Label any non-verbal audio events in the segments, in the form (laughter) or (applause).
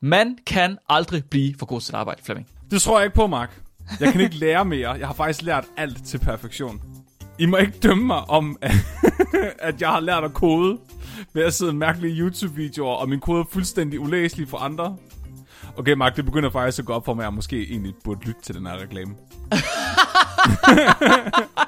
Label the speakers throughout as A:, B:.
A: Man kan aldrig blive for god til sit arbejde, Flemming.
B: Det tror jeg ikke på, Mark. Jeg kan ikke lære mere. Jeg har faktisk lært alt til perfektion. I må ikke dømme mig om, (laughs) at jeg har lært at kode ved at sidde i mærkelige YouTube-videoer, og min kode er fuldstændig ulæselig for andre. Okay, Mark, det begynder faktisk at gå op for mig, at jeg måske egentlig burde lytte til den her reklame. (laughs)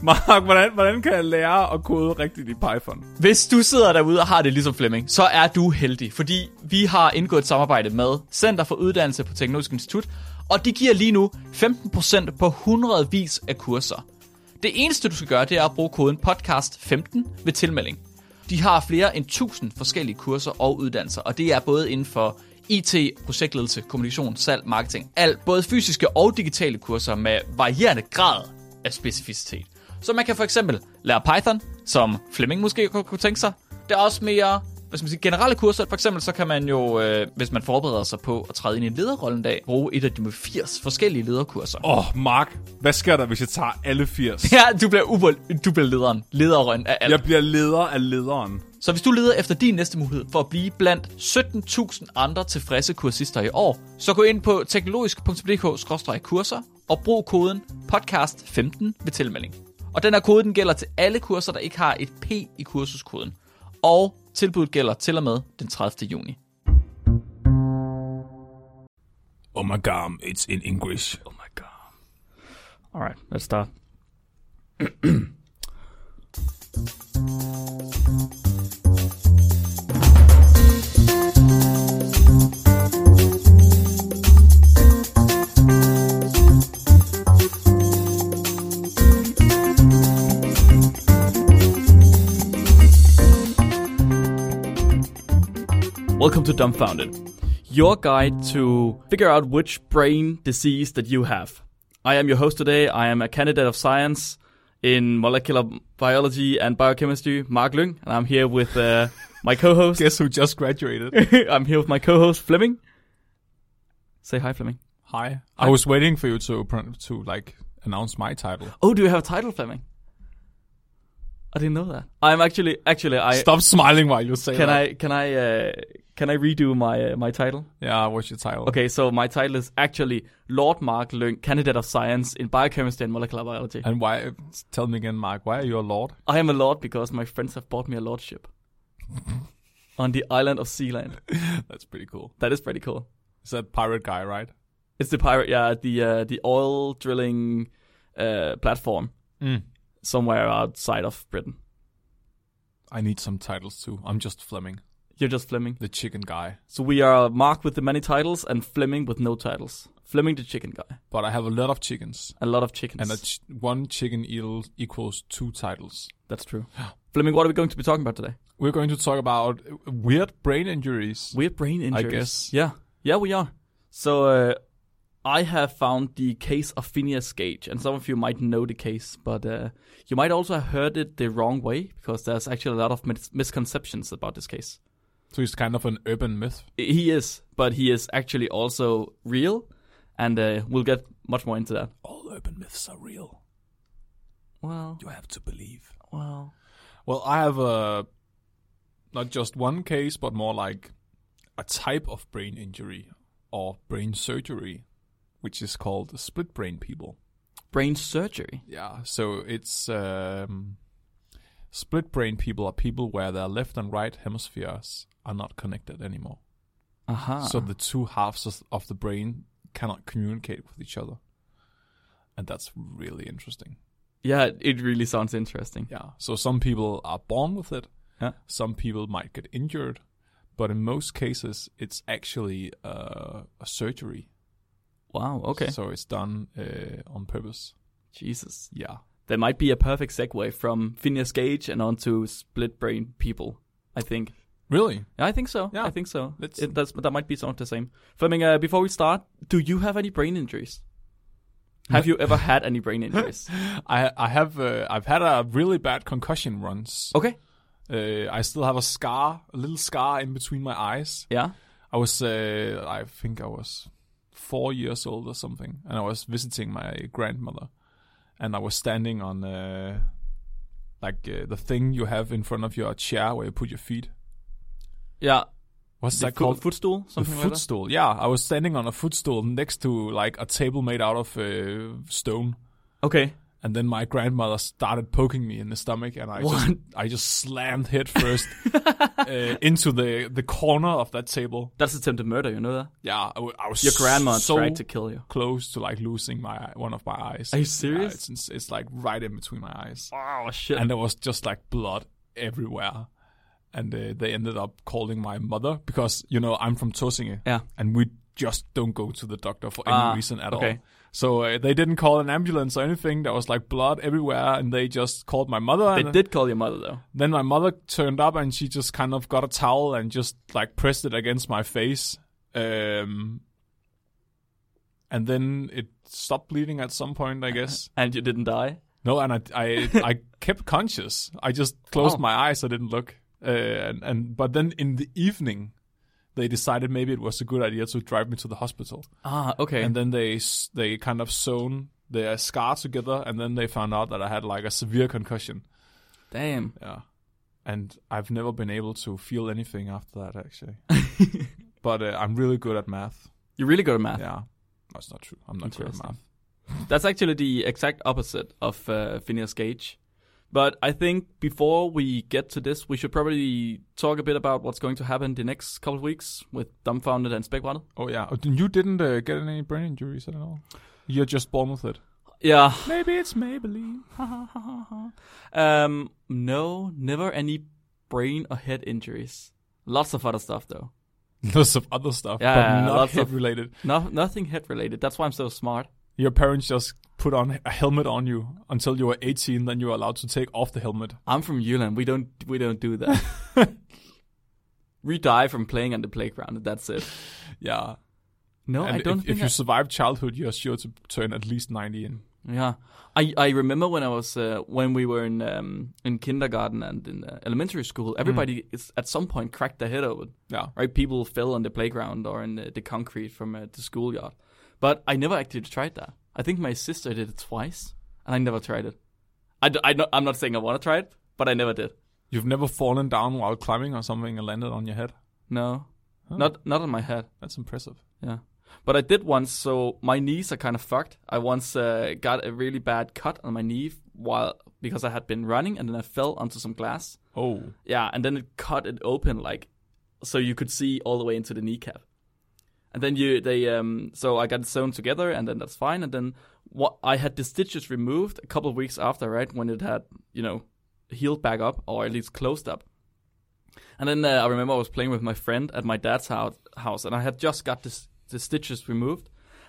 B: Mark, hvordan, hvordan kan jeg lære at kode rigtigt i Python?
A: Hvis du sidder derude og har det ligesom Flemming, så er du heldig, fordi vi har indgået et samarbejde med Center for Uddannelse på Teknologisk Institut, og de giver lige nu 15% på hundredvis af kurser. Det eneste, du skal gøre, det er at bruge koden podcast15 ved tilmelding. De har flere end 1000 forskellige kurser og uddannelser, og det er både inden for IT, projektledelse, kommunikation, salg, marketing. Alt, både fysiske og digitale kurser med varierende grad af specificitet. Så man kan for eksempel lære Python, som Flemming måske kunne kunne tænke sig. Der er også mere hvad skal man sige, generelle kurser. For eksempel så kan man jo, øh, hvis man forbereder sig på at træde ind i en lederrolle en dag, bruge et af de 80 forskellige lederkurser.
B: Åh, oh, Mark, hvad sker der, hvis jeg tager alle 80?
A: Ja, du bliver, uber, du bliver lederen. Lederen af alt.
B: Jeg bliver leder af lederen.
A: Så hvis du leder efter din næste mulighed for at blive blandt 17.000 andre tilfredse kursister i år, så gå ind på teknologisk.dk-kurser og brug koden podcast15 ved tilmelding. Og den her kode den gælder til alle kurser, der ikke har et P i kursuskoden. Og tilbuddet gælder til og med den 30. juni.
B: Oh my god, it's in English. Oh my god.
C: All right, let's start. Welcome to Dumbfounded, your guide to figure out which brain disease that you have. I am your host today. I am a candidate of science in molecular biology and biochemistry, Mark Lung, and I'm here with uh, my co-host.
B: Guess who just graduated?
C: I'm here with my co-host Fleming. Say hi, Fleming.
B: (laughs) Hi. I was waiting for you to pr- to like announce my title.
C: Oh, do you have a title, Fleming? I didn't know that. I'm actually, actually,
B: (laughs)
C: I
B: Stop smiling while you say
C: can
B: that.
C: I can I uh, can I redo my uh, my title?
B: Yeah, what's your title?
C: Okay, so my title is actually Lord Mark Lung, Candidate of Science in Biochemistry and Molecular Biology.
B: And why? Tell me again, Mark. Why are you a lord? (laughs)
C: I am a lord because my friends have bought me a (laughs) lordship on the island of Sealand.
B: That's pretty cool.
C: That is pretty cool.
B: It's that pirate guy, right?
C: It's the pirate, yeah, the uh, the oil drilling uh, platform
B: Mm.
C: somewhere outside of Britain.
B: I need some titles too. I'm just Fleming,
C: You're just Fleming.
B: the chicken guy,
C: So we are Mark with the many titles and Fleming with no titles. Fleming the chicken guy.
B: but I have a lot of chickens,
C: A lot of chickens.
B: and a ch- one chicken eal- equals two titles.
C: That's
B: (gasps)
C: true. Fleming, what are we going to be talking about today?
B: We're going to talk about uh, weird brain injuries.
C: Weird brain injuries.
B: guess.
C: Yeah. Yeah, we are. So uh, I have found the case of Phineas Gage, and some of you might know the case, but uh, you might also have heard it the wrong way because there's actually a lot of mis- misconceptions about this case.
B: So it's kind of an urban myth.
C: He is, but he is actually also real, and uh, we'll get much more into that.
B: All urban myths are real.
C: Well,
B: You have to believe.
C: well.
B: Well, I have a not just one case, but more like a type of brain injury or brain surgery, which is called split brain people.
C: Brain surgery.
B: Yeah, so it's um, split brain people are people where their left and right hemispheres are not connected anymore.
C: Aha.
B: So the two halves of- of the brain cannot communicate with each other. And that's really interesting.
C: yeah, it really sounds interesting.
B: Yeah. So some people are born with it.
C: Yeah.
B: Some people might get injured, but in most cases, it's actually uh, a surgery.
C: Wow. Okay.
B: So it's done uh, on purpose.
C: Jesus.
B: Yeah.
C: There might be a perfect segue from Phineas Gage and onto split brain people. I think.
B: Really?
C: Yeah, I think so.
B: Yeah.
C: I think so.
B: Let's-
C: It, that's, that might be some of the same. Fleming, uh, before we start, do you have any brain injuries? Have you ever had any
B: (laughs)
C: brain injuries?
B: I I have uh, I've had a really bad concussion once.
C: Okay.
B: Uh, I still have a scar, a little scar in between my eyes.
C: Yeah.
B: I was uh, I think I was four years old or something, and I was visiting my grandmother, and I was standing on uh, like uh, the thing you have in front of your chair where you put your feet.
C: Yeah.
B: What's
C: Is it called footstool?
B: The
C: Something like that?
B: footstool. Yeah, I was standing on a footstool next to like a table made out of uh, stone,
C: Okay.
B: and then my grandmother started poking me in the stomach, and I just
C: What?
B: I just slammed
C: (laughs)
B: head first uh, into the the corner of that table.
C: That's attempted murder, you know that?
B: Yeah, I, w- I was
C: Your grandma
B: so
C: tried to kill you.
B: close to like losing my one of my eyes.
C: Are you
B: Yeah,
C: serious?
B: it's, it's it's like right in between my eyes,
C: Oh, shit.
B: and there was just like blood everywhere. And uh, they ended up calling my mother because you know I'm from Tosinge
C: yeah.
B: and we just don't go to the doctor for any
C: Ah,
B: reason at all.
C: okay.
B: So uh, they didn't call an ambulance or anything. There was like blood everywhere, and they just called my mother.
C: They
B: and
C: did call your mother, though.
B: Then my mother turned up, and she just kind of got a towel and just like pressed it against my face. Um, and then it stopped bleeding at some point, I
C: (laughs)
B: guess.
C: And you didn't die?
B: No, and I I, I kept conscious. I just closed
C: Oh.
B: my eyes. I didn't look. Uh, and, and but then in the evening, they decided maybe it was a good idea to drive me to the hospital.
C: Ah, okay.
B: And then they s- they kind of sewn their scar together, and then they found out that I had like a severe concussion.
C: Damn.
B: Yeah, and I've never been able to feel anything after that
C: (laughs)
B: actually. but uh, I'm really good at math.
C: You really go to math.
B: Yeah, that's not true. I'm not good at
C: Ah. Interesting.
B: math.
C: That's actually the exact opposite of uh, Phineas Gage. But I think before we get to this, we should probably talk a bit about what's going to happen the next couple of weeks with Dumbfounded and Spectrum.
B: Oh yeah, Oh, then you didn't uh, get any brain injuries at all. You're just born with it.
C: Yeah.
B: Maybe it's Maybelline. (laughs)
C: um, no, never any brain or head injuries. Lots of other stuff though.
B: Lots of other stuff,
C: Yeah,
B: but
C: yeah,
B: not
C: lots
B: head
C: of-
B: related.
C: No, nothing head related. That's why I'm so smart.
B: Your parents just put on a helmet on you until you were 18, then you were allowed to take off the helmet.
C: I'm from Yulan. We don't we don't do that. (laughs) we die from playing on the playground. and That's it.
B: Yeah,
C: No,
B: and
C: I don't
B: if,
C: think
B: if you survive childhood, you're sure to turn at least 90 in.
C: Yeah, I, I remember when I was uh, when we were in um, in kindergarten and in uh, elementary school, everybody is at some point cracked their head open.
B: Yeah.
C: Right, people fell on the playground or in the, the concrete from uh, the schoolyard. But I never actually tried that. I think my sister did it twice, and I never tried it. I d- I am not saying I want to try it, but I never did.
B: You've never fallen down while climbing or something and landed on your head.
C: No,
B: Huh.
C: not not on my head.
B: That's impressive.
C: Yeah. But I did once, so my knees are kind of fucked. I once uh, got a really bad cut on my knee while because I had been running and then I fell onto some glass.
B: Oh,
C: Yeah, and then it cut it open like so you could see all the way into the kneecap. And then you they um so I got it sewn together and then that's fine and then what I had the stitches removed a couple of weeks after, right? When it had, you know, healed back up or at least closed up. And then uh, I remember I was playing with my friend at my dad's house, house and I had just got this, the stitches removed,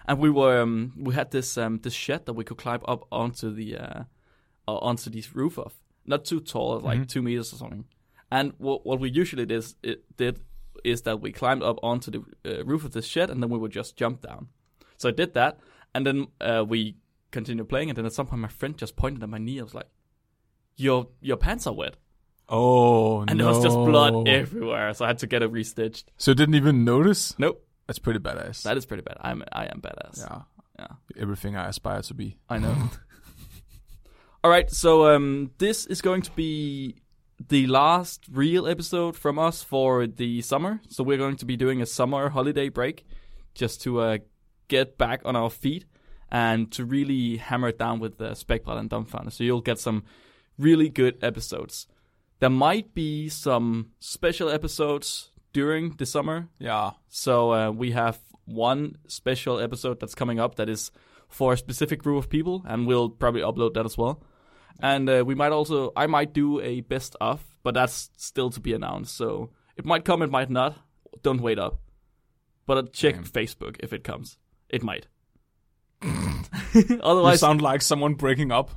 C: and we were um, we had this um, this shed that we could climb up onto the uh, uh, onto the roof of, not too tall, like two meters or something. And what what we usually did, it did is that we climbed up onto the uh, roof of this shed, and then we would just jump down. So I did that, and then uh, we continued playing, and then at some point my friend just pointed at my knee. I was like, "Your your pants are wet."
B: oh,
C: And there was just blood everywhere, so I had to get it restitched.
B: So you didn't even notice.
C: Nope,
B: That's pretty badass.
C: that is pretty bad. I'm I am badass.
B: yeah,
C: Yeah.
B: everything I aspire to be.
C: I know. All right, so um, this is going to be the last real episode from us for the summer. So we're going to be doing a summer holiday break just to uh, get back on our feet and to really hammer it down with the Spectral and Dumbfounder. So you'll get some really good episodes. There might be some special episodes during the summer
B: Yeah,
C: so uh, we have one special episode that's coming up that is for a specific group of people, and we'll probably upload that as well. And uh, we might also, I might do a best of, but that's still to be announced. So it might come, it might not. Don't wait up. But uh, check
B: Damn.
C: Facebook if it comes. It
B: (laughs)
C: might.
B: you
C: Otherwise,
B: sound like someone breaking up.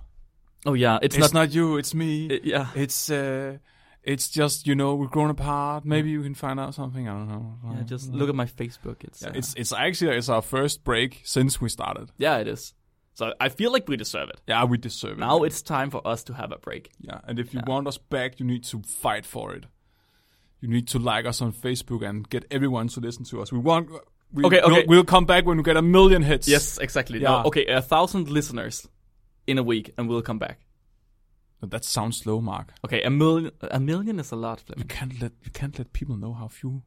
C: oh yeah, it's,
B: It's,
C: not.
B: not you. It's me.
C: it- yeah,
B: It's uh, it's just you know we're grown apart. Maybe you can find out something. I don't know.
C: yeah, just look at my Facebook. It's
B: Oh, Yeah,
C: uh,
B: it's it's actually it's our first break since we started.
C: yeah, it is. So I feel like we deserve it.
B: Yeah, we deserve it.
C: Now it's time for us to have a break.
B: Yeah, and if you want us back, you need to fight for it. You need to like us on Facebook and get everyone to listen to us. We want. We,
C: Okay,
B: we'll-
C: okay.
B: We'll, come back when we get a million hits.
C: Yes, exactly.
B: Yeah.
C: No, okay, a thousand listeners in a week, and we'll come back.
B: But that sounds slow, Mark.
C: Okay, a million. A million is a lot,
B: We
C: Fleming. (laughs)
B: can't let we can't let people know how few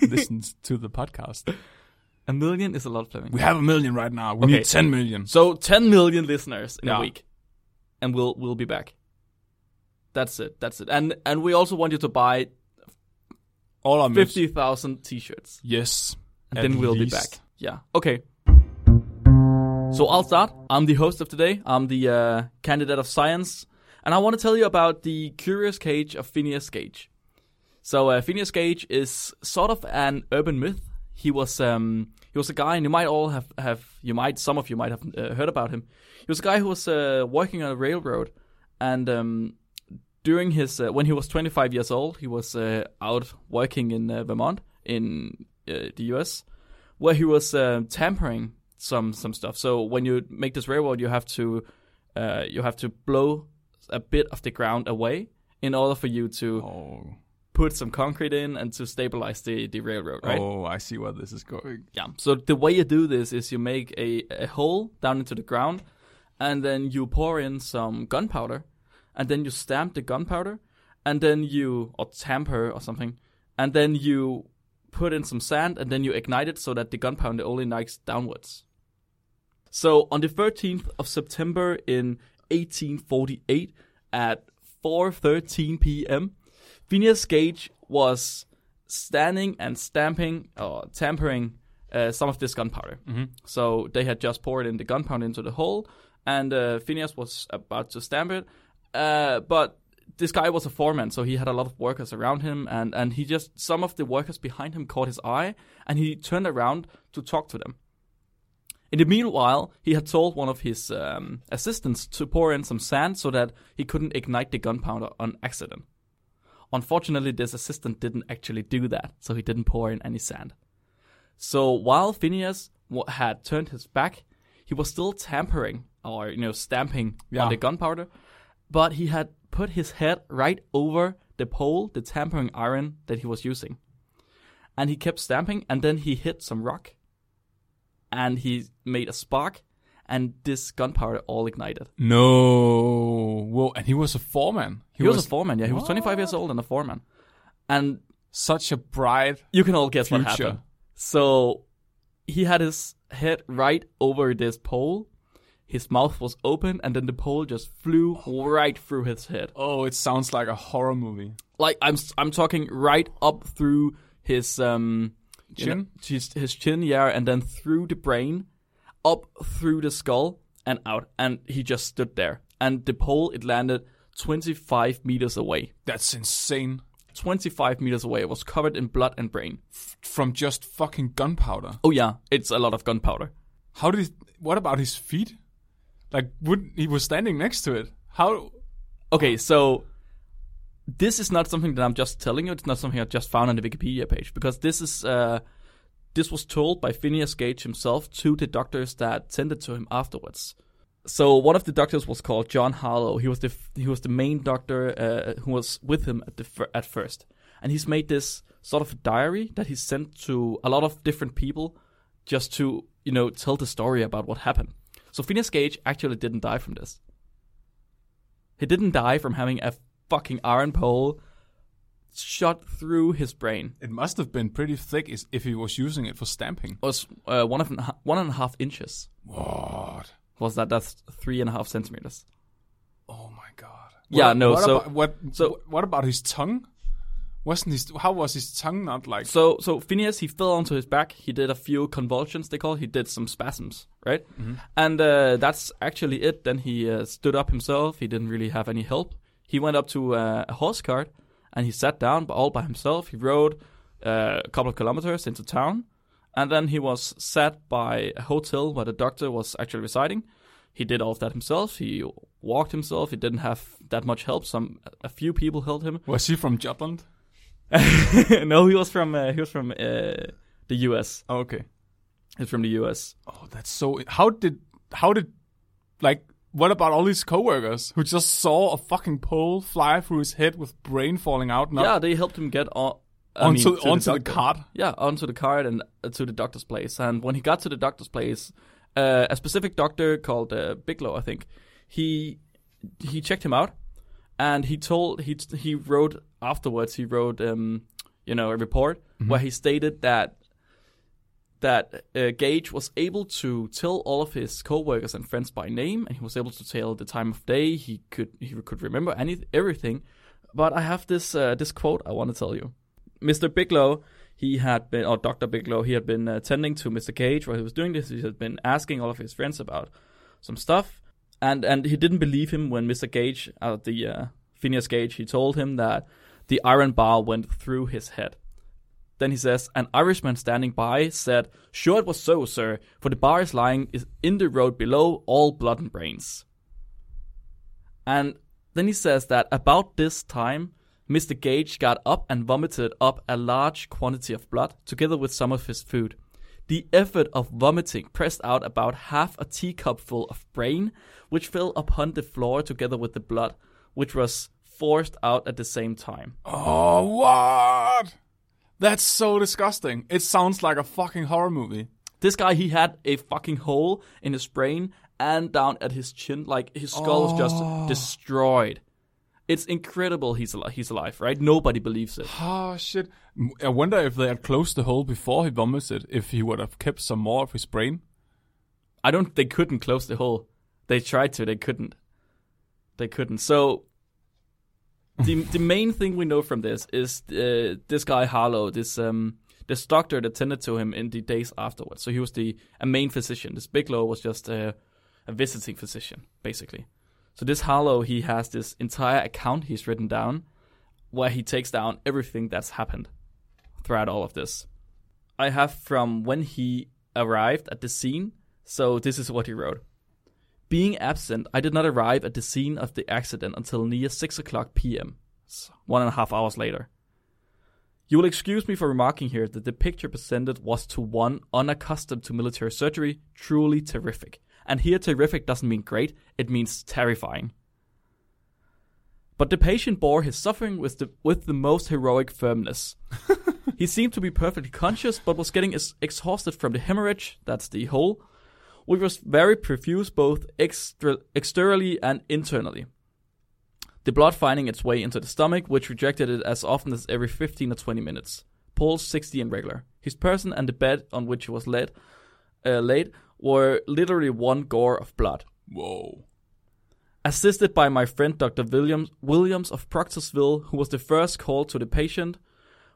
B: listens to the podcast.
C: A million is a lot, Fleming.
B: We have a million right now. We
C: Okay.
B: need 10 million.
C: So 10 million listeners in
B: Yeah.
C: a week, and we'll we'll be back. That's it. That's it. And and we also want you to buy
B: All our merch.
C: fifty thousand t-shirts,
B: Yes.
C: and
B: At
C: then we'll
B: least.
C: be back. Yeah. Okay. So I'll start. I'm the host of today. I'm the uh, candidate of science, and I want to tell you about the curious cage of Phineas Gage. So uh, Phineas Gage is sort of an urban myth. He was um, he was a guy, and you might all have, have you might some of you might have uh, heard about him. He was a guy who was uh, working on a railroad, and um, during his uh, when he was 25 years old, he was uh, out working in uh, Vermont in uh, the U.S., where he was uh, tampering some some stuff. So when you make this railroad, you have to uh, you have to blow a bit of the ground away in order for you to
B: Oh,
C: put some concrete in and to stabilize the, the railroad, right?
B: oh, I see where this is going.
C: Yeah. So the way you do this is you make a, a hole down into the ground and then you pour in some gunpowder and then you stamp the gunpowder and then you or tamper or something and then you put in some sand and then you ignite it so that the gunpowder only ignites downwards. So on the 13th of September in 1848 at 4:13 p.m. Phineas Gage was standing and stamping or tampering uh, some of this gunpowder. So they had just poured in the gunpowder into the hole, and uh, Phineas was about to stamp it. Uh, but this guy was a foreman, so he had a lot of workers around him, and, and he just some of the workers behind him caught his eye, and he turned around to talk to them. In the meanwhile, he had told one of his um, assistants to pour in some sand so that he couldn't ignite the gunpowder on accident. Unfortunately, this assistant didn't actually do that, so he didn't pour in any sand. So while Phineas wa- had turned his back, he was still tampering or you know stamping
B: Yeah.
C: on the gunpowder, but he had put his head right over the pole, the tampering iron that he was using, and he kept stamping, and then he hit some rock, and he made a spark, and this gunpowder all ignited.
B: No. Whoa, and he was a foreman.
C: He, was, a foreman, yeah. He was 25 years old and a foreman. And
B: such a bright.
C: you can all guess what
B: Future.
C: happened. So he had his head right over this pole. His mouth was open, and then the pole just flew right through his head.
B: Oh, it sounds like a horror movie.
C: Like I'm, s- I'm talking right up through his um you
B: Chin?
C: know, his, his chin, yeah, and then through the brain, up through the skull, and out. And he just stood there. And the pole it landed 25 meters away.
B: That's insane.
C: 25 meters away. It was covered in blood and brain.
B: From just fucking gunpowder.
C: Oh yeah, it's a lot of gunpowder.
B: How did? What about his feet? Like, would he was standing next to it? How?
C: Okay, so this is not something that I'm just telling you. It's not something I just found on the Wikipedia page because this is uh, this was told by Phineas Gage himself to the doctors that tended to him afterwards. So one of the doctors was called John Harlow. He was the f- he was the main doctor uh, who was with him at the fir- at first, and he's made this sort of diary that he sent to a lot of different people just to you know tell the story about what happened. So Phineas Gage actually didn't die from this. He didn't die from having a fucking iron pole shot through his brain.
B: It must have been pretty thick, is if he was using it for stamping.
C: It was uh, one of an, one and a half inches.
B: What?
C: Was that that's three and a half centimeters?
B: Oh my god.
C: Yeah,
B: What-
C: no,
B: What
C: so-
B: about, what?
C: so-
B: what about his tongue? Wasn't his? How was his tongue not like?
C: So so Phineas he fell onto his back. He did a few convulsions. They call. He did some spasms, right? And uh, that's actually it. Then he uh, stood up himself. He didn't really have any help. He went up to uh, a horse cart and he sat down b- all by himself. He rode uh, a couple of kilometers into town, and then he was sat by a hotel where the doctor was actually residing. He did all of that himself. He walked himself. He didn't have that much help. Some a few people helped him.
B: was he from Jutland?
C: (laughs) no, he was from uh, he was from uh, the U.S.
B: Oh, okay.
C: He's from the U.S.
B: Oh, that's so. How did? How did? Like, what about all his coworkers who just saw a fucking pole fly through his head with brain falling out? Not
C: Yeah, they helped him get on I mean,
B: Oh. onto
C: to
B: onto the,
C: doctor.
B: cart.
C: Yeah, onto the cart and uh, to the doctor's place. And when he got to the doctor's place, uh, a specific doctor called uh, Bigelow, I think, he he checked him out, and he told he he wrote afterwards. He wrote um, you know, a report where he stated that that uh, Gage was able to tell all of his coworkers and friends by name, and he was able to tell the time of day. He could he could remember any everything. But I have this uh, this quote I want to tell you. Mr. Bigelow, he had been, or Dr. Bigelow, he had been attending to Mr. Cage while he was doing this. He had been asking all of his friends about some stuff, and and he didn't believe him when Mr. Gage, uh, the uh, Phineas Gage, he told him that the iron bar went through his head. Then he says, an Irishman standing by said, "Sure it was so, sir, for the bar is lying is in the road below, all blood and brains." And then he says that about this time, Mr. Gage got up and vomited up a large quantity of blood together with some of his food. The effort of vomiting pressed out about half a teacupful of brain, which fell upon the floor together with the blood, which was forced out at the same time.
B: Oh, what? That's so disgusting. It sounds like a fucking horror movie.
C: This guy, he had a fucking hole in his brain and down at his chin, like his skull was just destroyed. It's incredible he's alive, he's alive, right? Nobody believes it.
B: Oh, shit. M- I wonder if they had closed the hole before he vomited, if he would have kept some more of his brain.
C: I don't. They couldn't close the hole. They tried to. They couldn't. They couldn't. So the the main thing we know from this is uh, this guy Harlow, this um this doctor that tended to him in the days afterwards. So he was the a main physician. This Bigelow was just a, a visiting physician, basically. So this Harlow, he has this entire account he's written down, where he takes down everything that's happened throughout all of this. I have from when he arrived at the scene. So this is what he wrote. Being absent, I did not arrive at the scene of the accident until near 6 o'clock p.m., s- one and a half hours later. You will excuse me for remarking here that the picture presented was to one unaccustomed to military surgery truly terrific. And here, terrific doesn't mean great, it means terrifying. But the patient bore his suffering with the, with the most heroic firmness. he seemed to be perfectly conscious, but was getting ex- exhausted from the hemorrhage that's the hole which was very profuse both extra- externally and internally. The blood finding its way into the stomach, which rejected it as often as every 15 or 20 minutes. Pulse 60 and regular. His person and the bed on which he was laid, uh, laid were literally one gore of blood.
B: Whoa.
C: Assisted by my friend Dr. Williams, Williams of Proctorsville, who was the first called to the patient,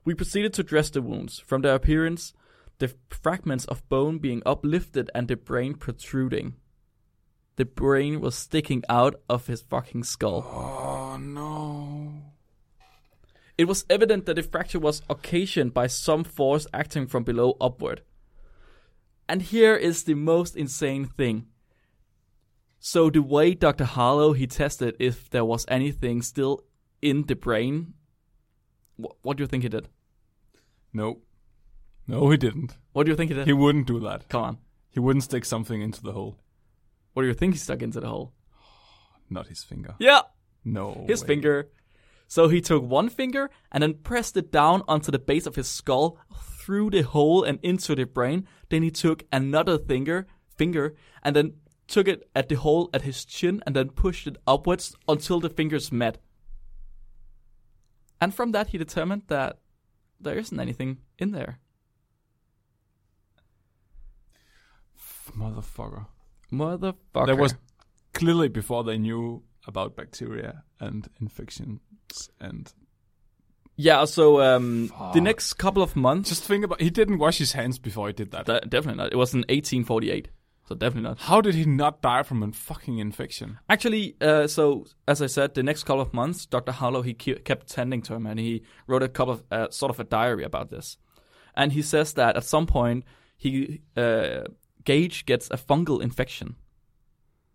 C: we proceeded to dress the wounds. From their appearance, the fragments of bone being uplifted and the brain protruding. The brain was sticking out of his fucking skull.
B: Oh, no.
C: It was evident that the fracture was occasioned by some force acting from below upward. And here is the most insane thing. So the way Dr. Harlow he tested if there was anything still in the brain, wh- what do you think he did?
B: No. No, he didn't.
C: What do you think he did?
B: He wouldn't do that.
C: Come on.
B: He wouldn't stick something into the hole.
C: What do you think he stuck into the hole? Oh,
B: Not his finger.
C: Yeah,
B: No.
C: his
B: way.
C: finger. So he took one finger and then pressed it down onto the base of his skull, through the hole and into the brain. Then he took another finger, finger, and then took it at the hole at his chin and then pushed it upwards until the fingers met. And from that, he determined that there isn't anything in there.
B: Motherfucker.
C: Motherfucker.
B: That was clearly before they knew about bacteria and infections and
C: yeah. So um, the
B: Fuck.
C: next couple of months,
B: Just think about he didn't wash his hands before he did that.
C: De- definitely not. It was in 1848, so definitely not.
B: How did he not die from a fucking infection?
C: Actually, uh, so as I said, the next couple of months, Dr. Harlow he ke- kept tending to him, and he wrote a couple of uh, sort of a diary about this. And he says that at some point, he uh, Gage gets a fungal infection.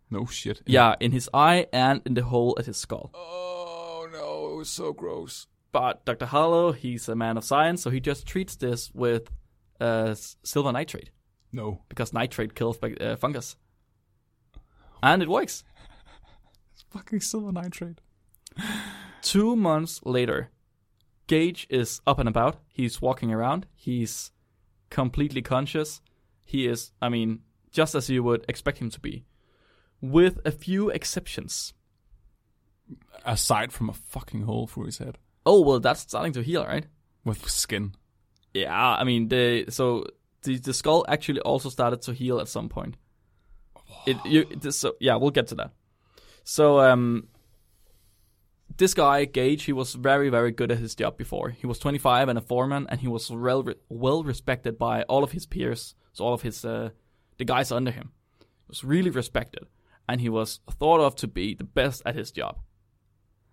B: No shit.
C: Yeah, in his eye and in the hole at his skull.
B: Oh no, it was so gross.
C: But Dr. Harlow, he's a man of science, so he just treats this with uh, s- silver nitrate
B: No.
C: because nitrate kills bac- uh, fungus, and it works.
B: It's fucking silver nitrate.
C: Two months later, Gage is up and about. He's walking around. He's completely conscious. He is, I mean, just as you would expect him to be, with a few exceptions.
B: Aside from a fucking hole through his head.
C: Oh, well, that's starting to heal, right?
B: with skin.
C: Yeah, I mean, they so the, the skull actually also started to heal at some point. It you this, so yeah, we'll get to that. So um, this guy Gage, he was very very good at his job before. He was 25 and a foreman, and he was well well respected by all of his peers. So all of his uh, the guys under him He was really respected, and he was thought of to be the best at his job.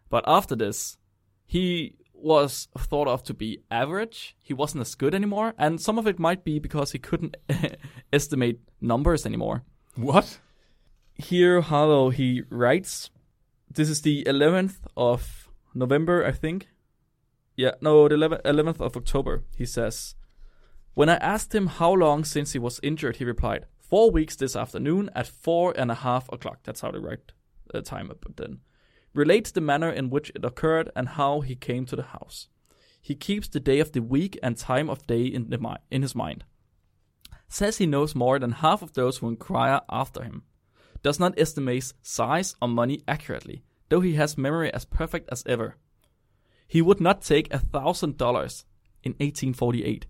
C: But after this, he was thought of to be average. He wasn't as good anymore, and some of it might be because he couldn't (laughs) estimate numbers anymore.
B: What?
C: Here, Harlow, he writes, this is the 11th of November, I think. Yeah, no, the 11th 11th of October, he says. When I asked him how long since he was injured, he replied, four weeks this afternoon at four and a half o'clock. That's how they write the time up then. Relates the manner in which it occurred and how he came to the house. He keeps the day of the week and time of day in, the mi- in his mind. Says he knows more than half of those who inquire after him does not estimate size or money accurately, though he has memory as perfect as ever. He would not take a thousand dollars in 1848,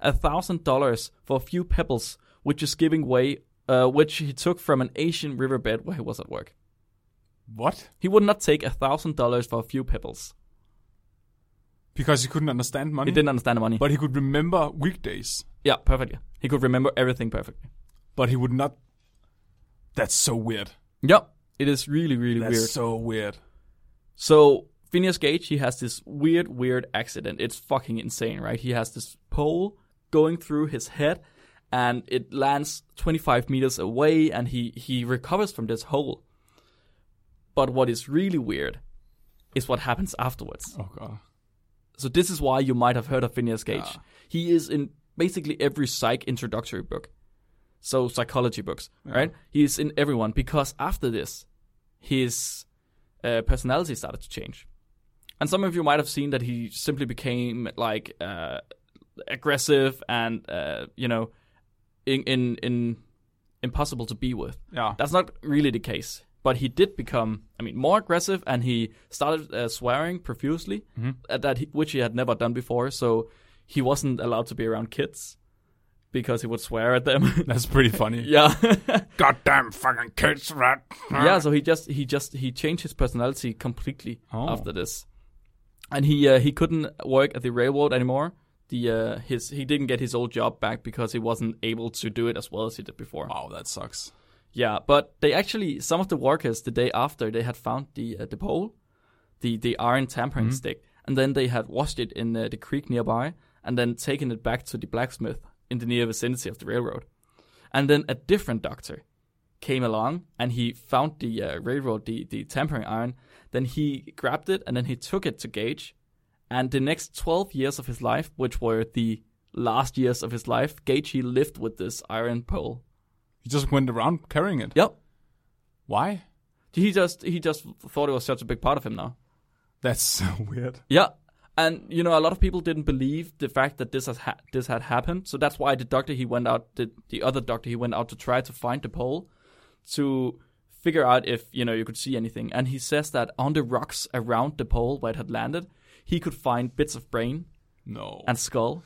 C: a thousand dollars for a few pebbles, which is giving way, uh, which he took from an Asian riverbed where he was at work.
B: What?
C: He would not take a thousand dollars for a few pebbles.
B: Because he couldn't understand money,
C: He didn't understand the money.
B: but he could remember weekdays.
C: yeah, perfectly. He could remember everything perfectly.
B: But he would not. That's so weird.
C: Yep, it is really, really
B: That's
C: weird.
B: so weird.
C: So Phineas Gage, he has this weird, weird accident. It's fucking insane, right? He has this pole going through his head, and it lands 25 meters away, and he he recovers from this hole. But what is really weird is what happens afterwards.
B: Oh god.
C: So this is why you might have heard of Phineas Gage. He is in basically every psych introductory book. So psychology books, right? He is in everyone because after this, his uh, personality started to change. And some of you might have seen that he simply became like uh, aggressive and uh, you know, in, in in impossible to be with.
B: Yeah.
C: That's not really the case. But he did become, I mean, more aggressive, and he started uh, swearing profusely,
B: Mm-hmm.
C: at that he, which he had never done before. So he wasn't allowed to be around kids because he would swear at them.
B: (laughs) That's pretty funny.
C: (laughs)
B: (laughs)
C: yeah,
B: Goddamn fucking kids, right?
C: yeah. So he just he just he changed his personality completely
B: Oh.
C: after this, and he uh, he couldn't work at the railroad anymore. The uh, his he didn't get his old job back because he wasn't able to do it as well as he did before.
B: Wow, that sucks.
C: Yeah, but they actually some of the workers the day after they had found the uh, the pole, the the iron tampering stick, and then they had washed it in uh, the creek nearby, and then taken it back to the blacksmith in the near vicinity of the railroad, and then a different doctor came along and he found the uh, railroad the the tampering iron. Then he grabbed it and then he took it to Gage, and the next twelve years of his life, which were the last years of his life, Gage he lived with this iron pole.
B: He just went around carrying it.
C: Yep.
B: Why?
C: He just he just thought it was such a big part of him now.
B: That's (laughs) so weird.
C: Yeah, and you know a lot of people didn't believe the fact that this has ha- this had happened. So that's why the doctor he went out the the other doctor he went out to try to find the pole to figure out if you know you could see anything. And he says that on the rocks around the pole where it had landed, he could find bits of brain
B: No.
C: and skull.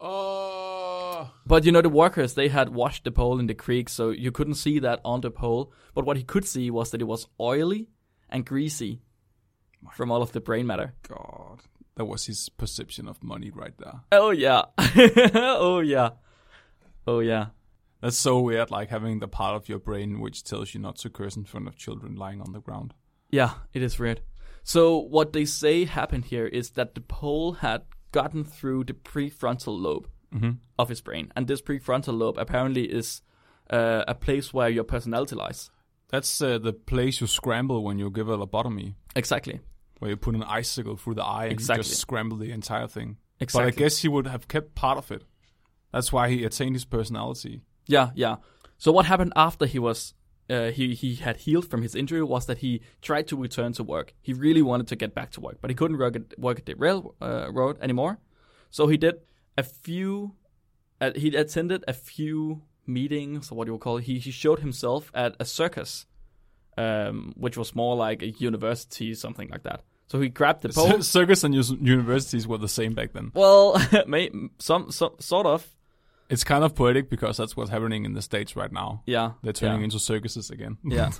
B: Oh.
C: But you know, the workers they had washed the pole in the creek, so you couldn't see that on the pole. But what he could see was that it was oily and greasy from all of the brain matter.
B: God. That was his perception of money right there.
C: Oh yeah, (laughs) oh yeah, oh yeah.
B: That's so weird, like having the part of your brain which tells you not to curse in front of children lying on the ground.
C: Yeah, it is weird. So what they say happened here is that the pole had gotten through the prefrontal lobe of his brain, and this prefrontal lobe apparently is uh, a place where your personality lies.
B: That's uh, the place you scramble when you give a lobotomy,
C: Exactly.
B: where you put an icicle through the eye and
C: Exactly.
B: you just scramble the entire thing. But I
C: Exactly.
B: guess he would have kept part of it. That's why he attained his personality.
C: Yeah, yeah. So what happened after he was uh, he he had healed from his injury was that he tried to return to work. He really wanted to get back to work, but he couldn't work at, work at the railroad uh, road anymore. So he did a few. Uh, he attended a few meetings, or what do you call it? He he showed himself at a circus, um, which was more like a university, something like that. So he grabbed the pole.
B: Cir- Circus and us- universities were the same back then.
C: well, (laughs) may, some, some sort of.
B: It's kind of poetic because that's what's happening in the States right now.
C: Yeah.
B: They're turning
C: yeah.
B: into circuses again.
C: Yeah.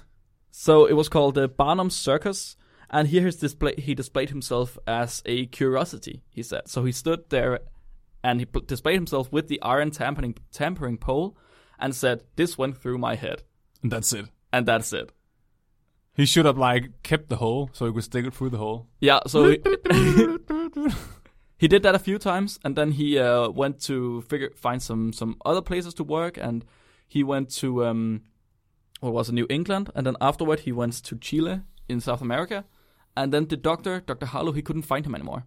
C: so it was called the Barnum Circus, and here his display he displayed himself as a curiosity. He said so. He stood there, and he pl- displayed himself with the iron tampering tampering pole, and said, "This went through my head,"
B: and (laughs) that's it.
C: and that's it.
B: He should have like kept the hole so he could stick it through the hole.
C: (laughs) Yeah. So he, he did that a few times, and then he uh, went to figure find some some other places to work, and he went to um, what was it, New England, and then afterward he went to Chile in South America, and then the doctor, Doctor Harlow, he couldn't find him anymore.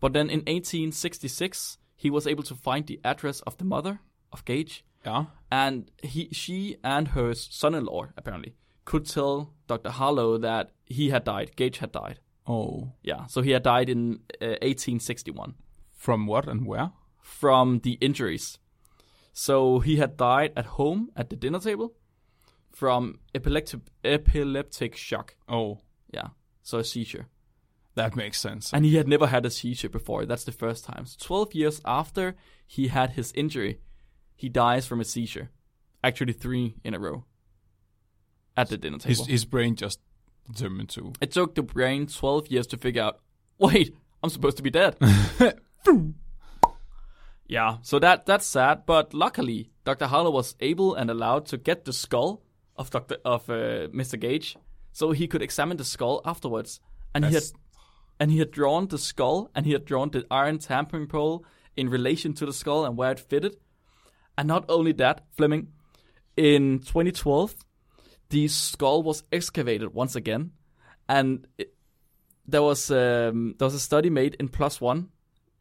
C: But then in 1866, he was able to find the address of the mother of Gage,
B: Yeah.
C: and he, she and her son-in-law apparently could tell Doctor Harlow that he had died, Gage had died.
B: Oh.
C: Yeah, so he had died in uh, 1861
B: From what and where?
C: from the injuries. So he had died at home at the dinner table from epileptic epileptic shock.
B: Oh,
C: Yeah, so a seizure.
B: that makes sense.
C: And he had never had a seizure before. That's the first time. So 12 years after he had his injury, he dies from a seizure. Actually, three in a row at the dinner table.
B: His his brain just determined
C: (laughs)
B: to.
C: It took the brain 12 years to figure out, wait, I'm supposed to be dead. yeah, so that that's sad, but luckily Dr. Harlow was able and allowed to get the skull of Dr. of uh, Mr. Gage, so he could examine the skull afterwards. And he had
B: That's-
C: and he had drawn the skull and he had drawn the iron tampering pole in relation to the skull and where it fitted. And not only that, Fleming, in 2012, the skull was excavated once again, and it, there was um, there was a study made in Plus One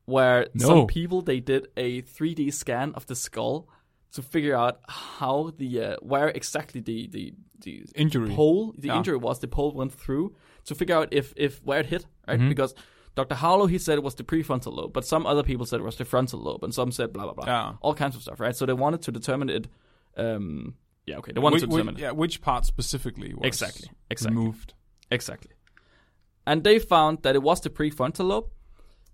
C: where
B: No.
C: some people they did a 3D scan of the skull to figure out how the uh, where exactly the the, the
B: Injury.
C: pole the
B: Yeah.
C: injury was the pole went through to figure out if if where it hit right
B: Mm-hmm.
C: because Dr. Harlow he said it was the prefrontal lobe but some other people said it was the frontal lobe and some said blah blah blah
B: Yeah.
C: all kinds of stuff right so they wanted to determine it um yeah okay they wanted
B: Which-
C: to
B: which-
C: determine it
B: yeah, which part specifically was
C: Exactly, exactly.
B: moved?
C: Exactly. And they found that it was the prefrontal lobe,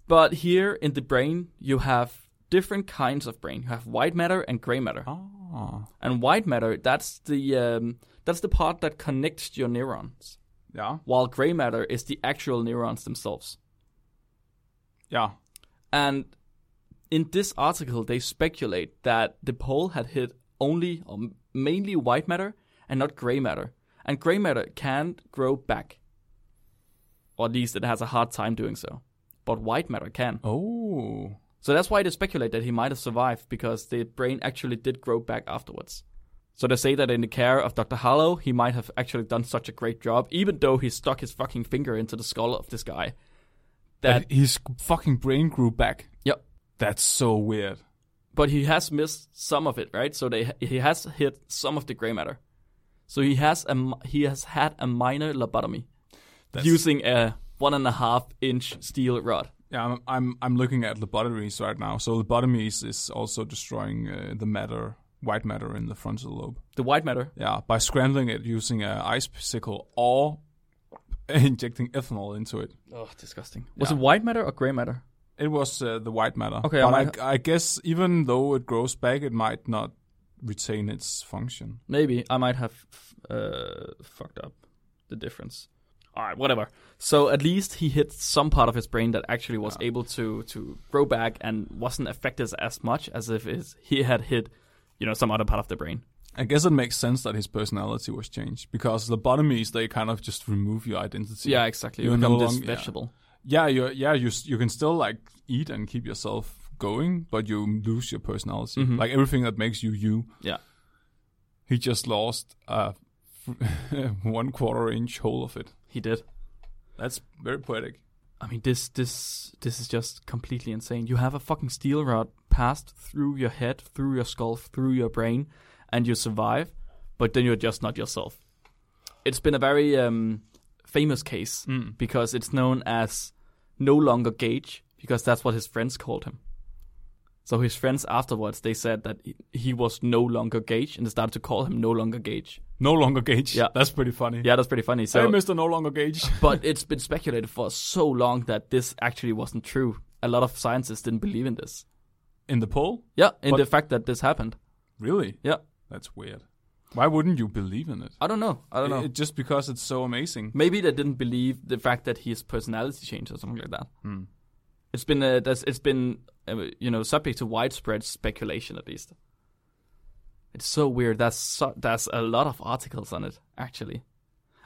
C: but here in the brain you have different kinds of brain. You have white matter and gray matter.
B: Ah,
C: And white matter that's the um, that's the part that connects your neurons,
B: yeah,
C: while gray matter is the actual neurons themselves.
B: yeah.
C: And in this article, they speculate that the poll had hit only or m- mainly white matter and not gray matter. And gray matter can grow back, or at least it has a hard time doing so. But white matter can.
B: Oh,
C: So that's why they speculate that he might have survived because the brain actually did grow back afterwards. So they say that in the care of Dr. Harlow, he might have actually done such a great job, even though he stuck his fucking finger into the skull of this guy. That
B: And his fucking brain grew back.
C: yep,
B: That's so weird.
C: but he has missed some of it, right? So they he has hit some of the gray matter. So he has a m- he has had a minor lobotomy
B: That's,
C: using a one and a half inch steel rod.
B: yeah, I'm, I'm I'm looking at lobotomies right now. So lobotomies is also destroying uh, the matter, white matter in the frontal lobe.
C: The white matter,
B: Yeah, by scrambling it using a ice sickle or (laughs) injecting ethanol into it.
C: oh, disgusting. Was it white matter or gray matter?
B: It was uh, the white matter.
C: Okay, I
B: but
C: might-
B: I, I guess even though it grows back, it might not retain its function.
C: Maybe I might have uh, fucked up the difference. All right, whatever. So at least he hit some part of his brain that actually was able to to grow back and wasn't affected as much as if his, he had hit, you know, some other part of the brain.
B: I guess it makes sense that his personality was changed because lobotomies they kind of just remove your identity.
C: Yeah, exactly. You
B: You're
C: become
B: no
C: this
B: long- yeah.
C: vegetable.
B: yeah, you yeah you s- you can still like eat and keep yourself going, but you lose your personality. Like everything that makes you you.
C: Mm-hmm. Yeah.
B: He just lost uh, (laughs) one quarter inch whole of it.
C: He did.
B: That's very poetic.
C: I mean, this this this is just completely insane. You have a fucking steel rod passed through your head, through your skull, through your brain, and you survive, but then you're just not yourself. It's been a very um, famous case because it's known as no longer Gage because that's what his friends called him. So his friends afterwards, they said that he- he was no longer Gage, and they started to call him no longer Gage.
B: No longer Gage.
C: Yeah.
B: That's pretty funny.
C: Yeah, that's pretty funny.
B: Hey,
C: So,
B: Mr. No Longer
C: (laughs)
B: Gage.
C: but it's been speculated for so long that this actually wasn't true. A lot of scientists didn't believe in this.
B: In the poll?
C: Yeah, in
B: But-
C: the fact that this happened.
B: Really?
C: Yeah,
B: That's weird. Why wouldn't you believe in it?
C: I don't know. I don't know.
B: It- it- just because it's so amazing.
C: Maybe they didn't believe the fact that his personality changed or something like that.
B: Hmm.
C: It's been uh, that's, it's been uh, you know subject to widespread speculation at least. It's so weird. That's so, that's a lot of articles on it actually,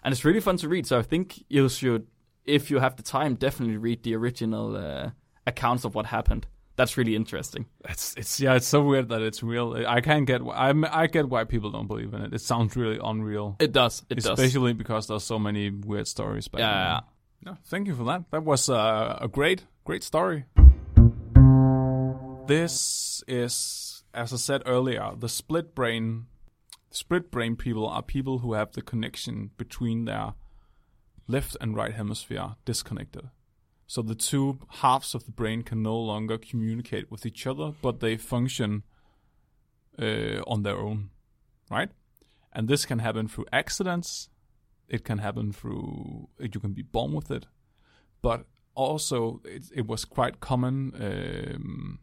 C: and it's really fun to read. So I think you should, if you have the time, definitely read the original uh, accounts of what happened. That's really interesting.
B: It's it's yeah, it's so weird that it's real. I can get why I'm, I get why people don't believe in it. It sounds really unreal,
C: It does. It does.
B: especially because there's so many weird stories. Back
C: Yeah,
B: then.
C: yeah, yeah.
B: No, thank you for that. That was uh, a great, great story. This is, as I said earlier, the split brain. Split brain people are people who have the connection between their left and right hemisphere disconnected. So the two halves of the brain can no longer communicate with each other, but they function uh, on their own, right? And this can happen through accidents, it can happen through you can be born with it but also it, it was quite common um,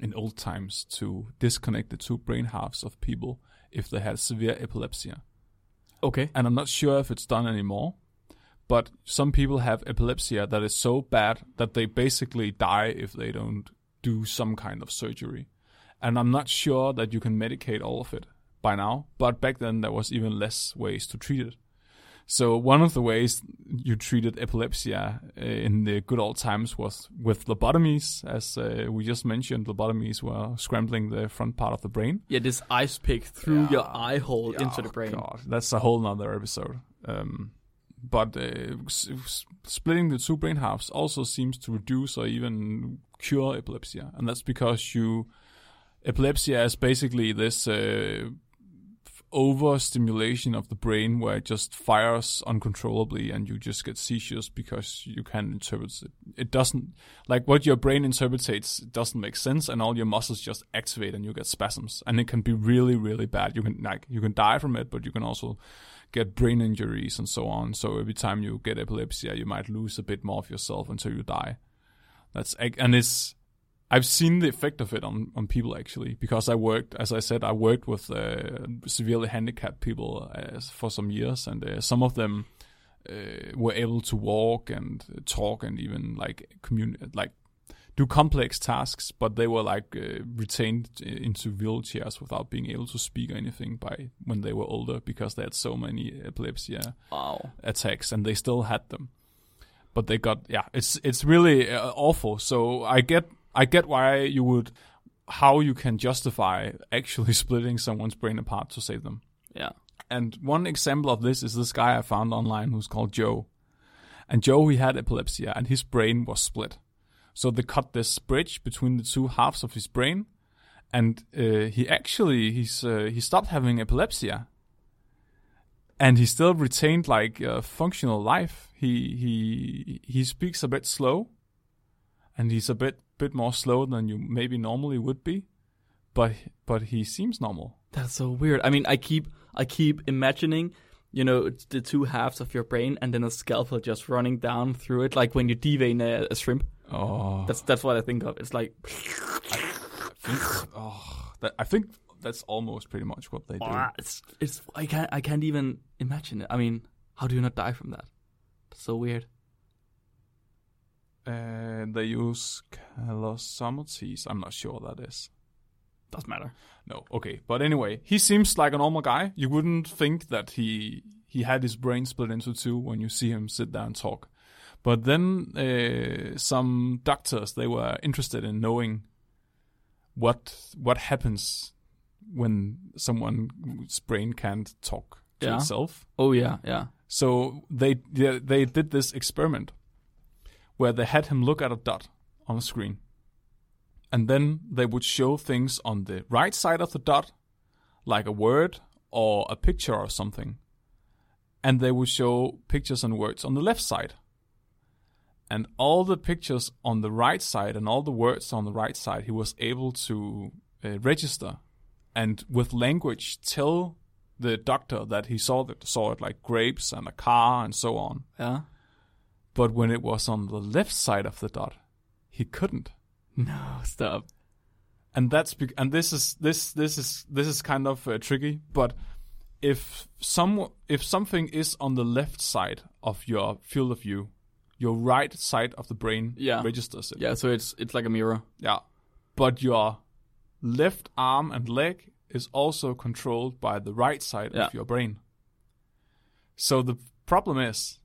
B: in old times to disconnect the two brain halves of people if they had severe epilepsy
C: Okay.
B: and i'm not sure if it's done anymore but some people have epilepsy that is so bad that they basically die if they don't do some kind of surgery and i'm not sure that you can medicate all of it by now but back then there was even less ways to treat it so one of the ways you treated epilepsy uh, in the good old times was with lobotomies, as uh, we just mentioned. Lobotomies were scrambling the front part of the brain.
C: Yeah, this ice pick through your eye hole into the
B: Oh,
C: brain.
B: God, that's a whole nother episode. Um, but uh, s- s- splitting the two brain halves also seems to reduce or even cure epilepsy, and that's because you epilepsy is basically this. Uh, f- overstimulation of the brain where it just fires uncontrollably and you just get seizures because you can't interpret it. It doesn't like what your brain interprets doesn't make sense and all your muscles just activate and you get spasms and it can be really really bad. You can like you can die from it but you can also get brain injuries and so on. So every time you get epilepsy you might lose a bit more of yourself until you die. That's and it's I've seen the effect of it on, on people actually because I worked, as I said, I worked with uh, severely handicapped people uh, for some years, and uh, some of them uh, were able to walk and talk and even like commun- like do complex tasks, but they were like uh, retained into wheelchairs without being able to speak or anything by when they were older because they had so many epilepsy
C: Wow.
B: attacks and they still had them but they got yeah it's it's really uh, awful so i get i get why you would how you can justify actually (laughs) splitting someone's brain apart to save them
C: Yeah.
B: and one example of this is this guy I found online who's called Joe. And Joe, he had epilepsy and his brain was split. So they cut this bridge between the two halves of his brain. And uh, he actually, he's uh, he stopped having epilepsy. And he still retained like a functional life. He he he speaks a bit slow, and he's a bit bit more slow than you maybe normally would be, but but he seems normal.
C: That's so weird. I mean, I keep I keep imagining, you know, it's the two halves of your brain and then a scalpel just running down through it, like when you devein a, a shrimp.
B: Oh,
C: That's that's what I think of. It's like
B: think- oh, that, I think that's almost pretty much what they do.
C: it's it's I can't I can't even imagine it. I mean, how do you not die from that? That's so weird.
B: Uh, they use calosomatids. I'm not sure what that is.
C: Doesn't matter.
B: No, okay. But anyway, he seems like a normal guy. You wouldn't think that he he had his brain split into two when you see him sit there and talk. But then uh, some doctors they were interested in knowing what what happens when someone's brain can't talk to
C: Yeah.
B: itself.
C: Oh yeah, yeah.
B: So they they they did this experiment where they had him look at a dot on a screen, and then they would show things on the right side of the dot, like a word or a picture or something, and they would show pictures and words on the left side. and all the pictures on the right side and all the words on the right side he was able to uh, register and with language tell the doctor that he saw that saw it like grapes and a car and so on
C: Yeah.
B: but when it was on the left side of the dot he couldn't
C: No, Oh, stop.
B: and that's bec- and this is this this is this is kind of uh, tricky but if some if something is on the left side of your field of view your right side of the brain
C: Yeah.
B: registers it
C: Yeah, so it's it's like a mirror.
B: yeah but your left arm and leg is also controlled by the right side
C: Yeah.
B: of your brain so the problem is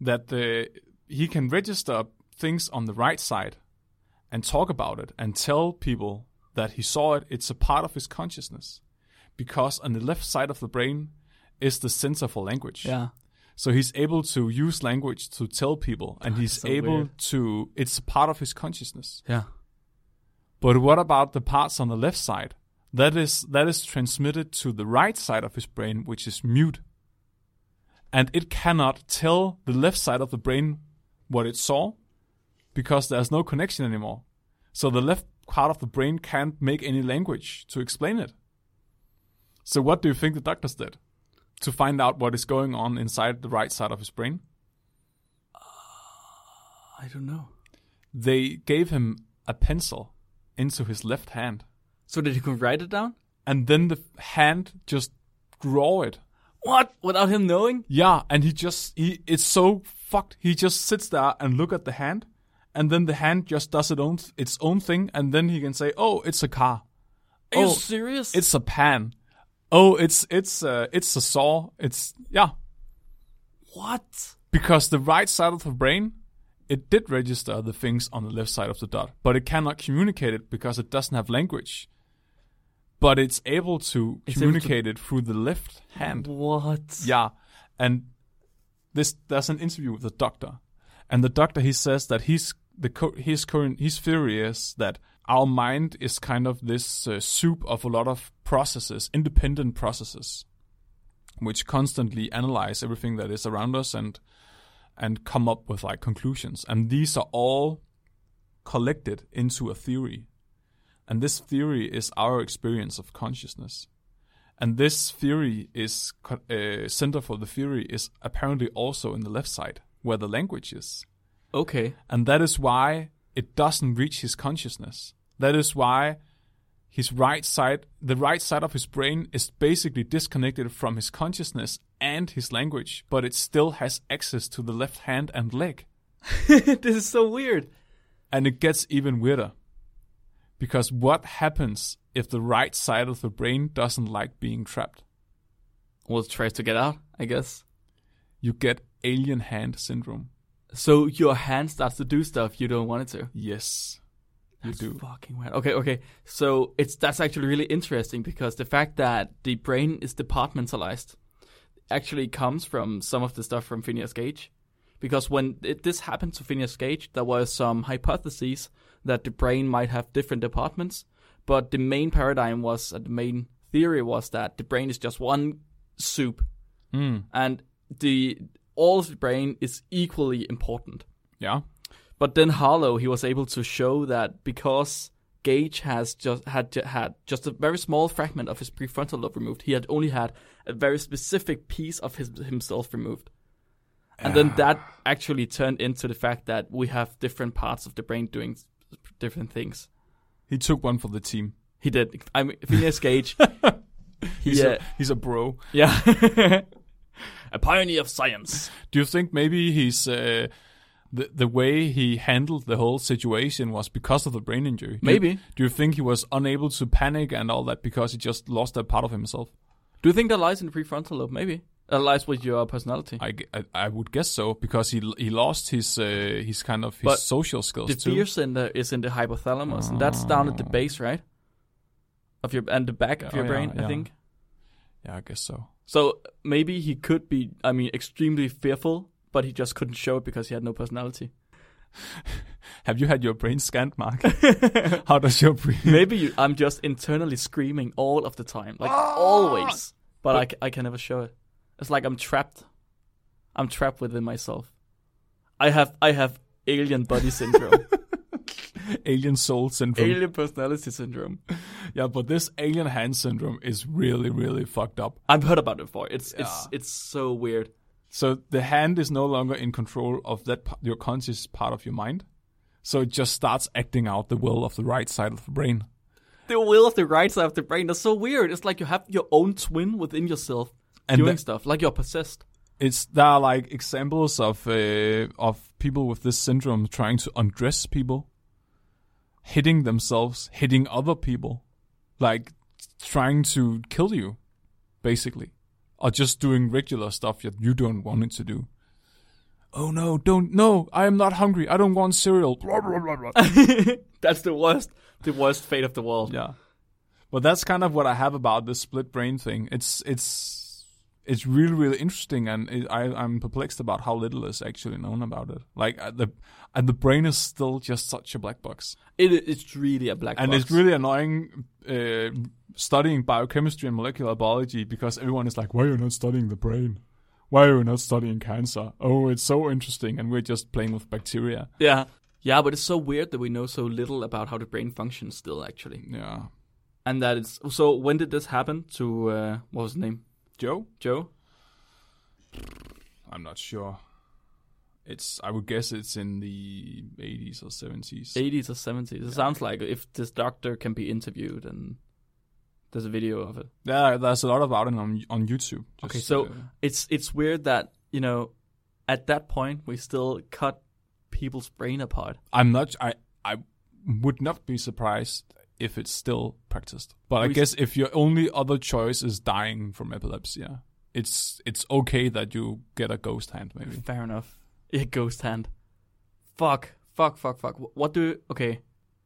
B: that the he can register things on the right side and talk about it and tell people that he saw it. It's a part of his consciousness because on the left side of the brain is the sensor for language.
C: Yeah.
B: So he's able to use language to tell people, and he's
C: so
B: able
C: weird.
B: to. It's a part of his consciousness.
C: Yeah.
B: But what about the parts on the left side? That is that is transmitted to the right side of his brain, which is mute. And it cannot tell the left side of the brain what it saw because there's no connection anymore. So the left part of the brain can't make any language to explain it. So what do you think the doctors did? To find out what is going on inside the right side of his brain?
C: I don't know.
B: They gave him a pencil into his left hand.
C: So that you can write it down?
B: and then the f- hand just draw it.
C: What? Without him knowing?
B: Yeah, and he just he it's so fucked. He just sits there and look at the hand, and then the hand just does it own its own thing, and then he can say, "Oh, it's a car.
C: Are you
B: Oh,
C: serious?
B: It's a pan. Oh, it's it's uh, it's a saw. It's yeah."
C: what?
B: Because the right side of the brain, it did register the things on the left side of the dot, but it cannot communicate it because it doesn't have language. But it's able to
C: It's able to-
B: communicate it through the left hand.
C: What?
B: Yeah, and this there's an interview with the doctor, and the doctor he says that he's the co- his current his theory is that our mind is kind of this uh, soup of a lot of processes, independent processes, which constantly analyze everything that is around us and and come up with like conclusions, and these are all collected into a theory. And this theory is our experience of consciousness. And this theory is co- uh, center for the theory is apparently also in the left side where the language is,
C: Okay.
B: and that is why it doesn't reach his consciousness. That is why his right side, the right side of his brain, is basically disconnected from his consciousness and his language, but it still has access to the left hand and leg.
C: (laughs) this is so weird.
B: And it gets even weirder. Because what happens if the right side of the brain doesn't like being trapped?
C: Well, tries to get out, I guess.
B: You get alien hand syndrome.
C: So your hand starts to do stuff you don't want it to.
B: Yes, you
C: That's
B: do.
C: Fucking weird. Okay, okay. So it's that's actually really interesting because the fact that the brain is departmentalized actually comes from some of the stuff from Phineas Gage. Because when it, this happened to Phineas Gage, there were some hypotheses that the brain might have different departments, but the main paradigm was, uh, the main theory was that the brain is just one soup,
B: Mm.
C: and the all of the brain is equally important.
B: Yeah,
C: But then Harlow, he was able to show that because Gage has just had had just a very small fragment of his prefrontal lobe removed, he had only had a very specific piece of his himself removed. And then that actually turned into the fact that we have different parts of the brain doing s- different things.
B: he took one for the team.
C: He did. I mean, Phineas (laughs) Gage.
B: He's
C: yeah,
B: a, he's a bro.
C: yeah. (laughs) a pioneer of science.
B: Do you think maybe he's uh, the the way he handled the whole situation was because of the brain injury? Do you-
C: Maybe.
B: do you think he was unable to panic and all that because he just lost that part of himself?
C: Do you think that lies in the prefrontal lobe? Maybe that lies with your personality.
B: I, g- I- I would guess so because he l- he lost his uh, his kind of his
C: But
B: social skills
C: the
B: too.
C: fear center is in the hypothalamus, and that's down at the base, right? Of your and the back of
B: Ah. Oh,
C: your
B: yeah,
C: brain, I
B: yeah.
C: think.
B: Yeah, I guess so.
C: So maybe he could be, I mean, extremely fearful, but he just couldn't show it because he had no
B: (laughs)
C: personality.
B: Have you had your brain scanned,
C: (laughs)
B: Mark? How does your brain?
C: Maybe you, I'm just internally screaming all of the time, like
B: Ah!
C: always, but I, ca- I can never show it. It's like I'm trapped. I'm trapped within myself. I have I have Alien
B: (laughs)
C: Body Syndrome.
B: (laughs) Alien Soul Syndrome.
C: alien Personality Syndrome.
B: Yeah, but this alien hand syndrome is really, really fucked up.
C: I've heard about it before. It's it's it's so weird.
B: So the hand is no longer in control of that p- your conscious part of your mind. So it just starts acting out the will of the right side of the brain.
C: The will of the right side of the brain. That's so weird. It's like you have your own twin within yourself
B: And
C: doing
B: that-
C: stuff. Like
B: (laughs)
C: you're possessed.
B: It's there are like examples of uh, of people with this syndrome trying to undress people, hitting themselves, hitting other people, like trying to kill you, basically, or just doing regular stuff that you don't want it to do. Oh no! Don't no! I am not hungry. I don't want cereal. Blah, blah, blah, blah.
C: That's the worst. The worst fate of the world.
B: Yeah. But that's kind of what I have about this split brain thing. It's it's it's really really interesting, and it, I I'm perplexed about how little is actually known about it. Like uh, the and the brain is still just such a black box,
C: It, it's really a black
B: and
C: box.
B: it's really annoying uh, studying biochemistry and molecular biology because everyone is like, why are you not studying the brain? Why are you not studying cancer? Oh, it's so interesting, and we're just playing with bacteria.
C: Yeah. Yeah, but it's so weird that we know so little about how the brain functions still, actually.
B: Yeah,
C: And that it's. So, when did this happen to. Uh, what was his name?
B: Joe,
C: Joe?
B: I'm not sure. It's I would guess it's in the 80s or 70s.
C: 80s or 70s. It sounds like if this doctor can be interviewed and there's a video of it.
B: Yeah, there's a lot about it on on YouTube. Just,
C: Okay, so
B: uh,
C: it's it's weird that, you know, at that point we still cut people's brain apart.
B: I'm not I I would not be surprised if it's still practiced. But I
C: We-
B: guess if your only other choice is dying from epilepsy, yeah, it's it's okay that you get a ghost hand maybe.
C: Fair enough. Yeah, ghost hand. Fuck. Fuck, fuck, fuck. Wh- What do. Okay.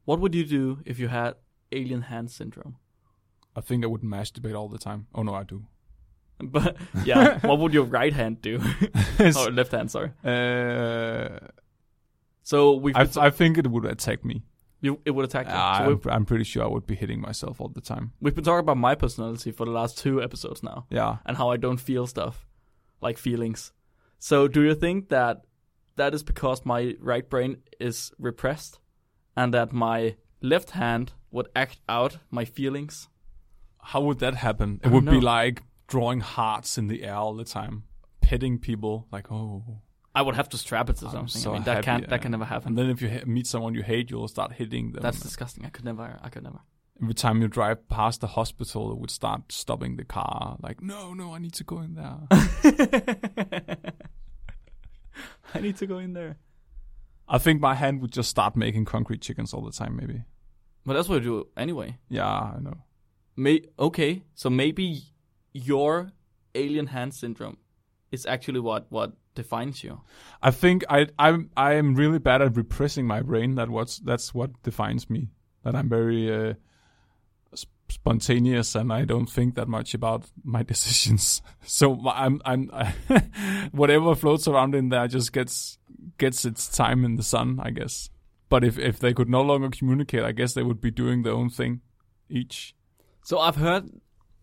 C: What would you do if you had alien hand syndrome? (laughs)
B: I think I would masturbate all the time. Oh no, I do.
C: But
B: (laughs)
C: yeah, what would your right hand do? or left hand, sorry.
B: Uh,
C: So we
B: I,
C: have
B: I think it would attack me. Uh,
C: you, it would attack you. so
B: I'm,
C: we've,
B: I'm pretty sure I would be hitting myself all the time.
C: we've been talking about my personality for the last two episodes now,
B: Yeah.
C: and how I don't feel stuff, like feelings. So do you think that that is because my right brain is repressed, and that my left hand would act out my feelings?
B: How would that happen? It
C: don't
B: would be
C: know.
B: like drawing hearts in the air all the time, petting people, like oh.
C: I would have to strap it to something.
B: so
C: I mean, that
B: happy,
C: can't
B: yeah.
C: that can never happen.
B: And then if you ha- meet someone you hate, you'll start hitting them.
C: That's disgusting. I could never. I could never.
B: Every time you drive past the hospital, it would start stopping the car. Like, no, no, I need to go in there.
C: (laughs)
B: (laughs)
C: I need to go in there.
B: I think my hand would just start making concrete chickens all the time. Maybe.
C: But that's what I do anyway.
B: Yeah, I know.
C: May okay, so maybe your alien hand syndrome is actually what what defines you.
B: I think I I'm I am really bad at repressing my brain. That what's that's what defines me. That I'm very uh, sp- spontaneous and I don't think that much about my (laughs) decisions. So my- I'm I'm (laughs) whatever floats around in there just gets gets its time in the sun, I guess. But if if they could no longer communicate, I guess they would be doing their own thing, each.
C: So I've heard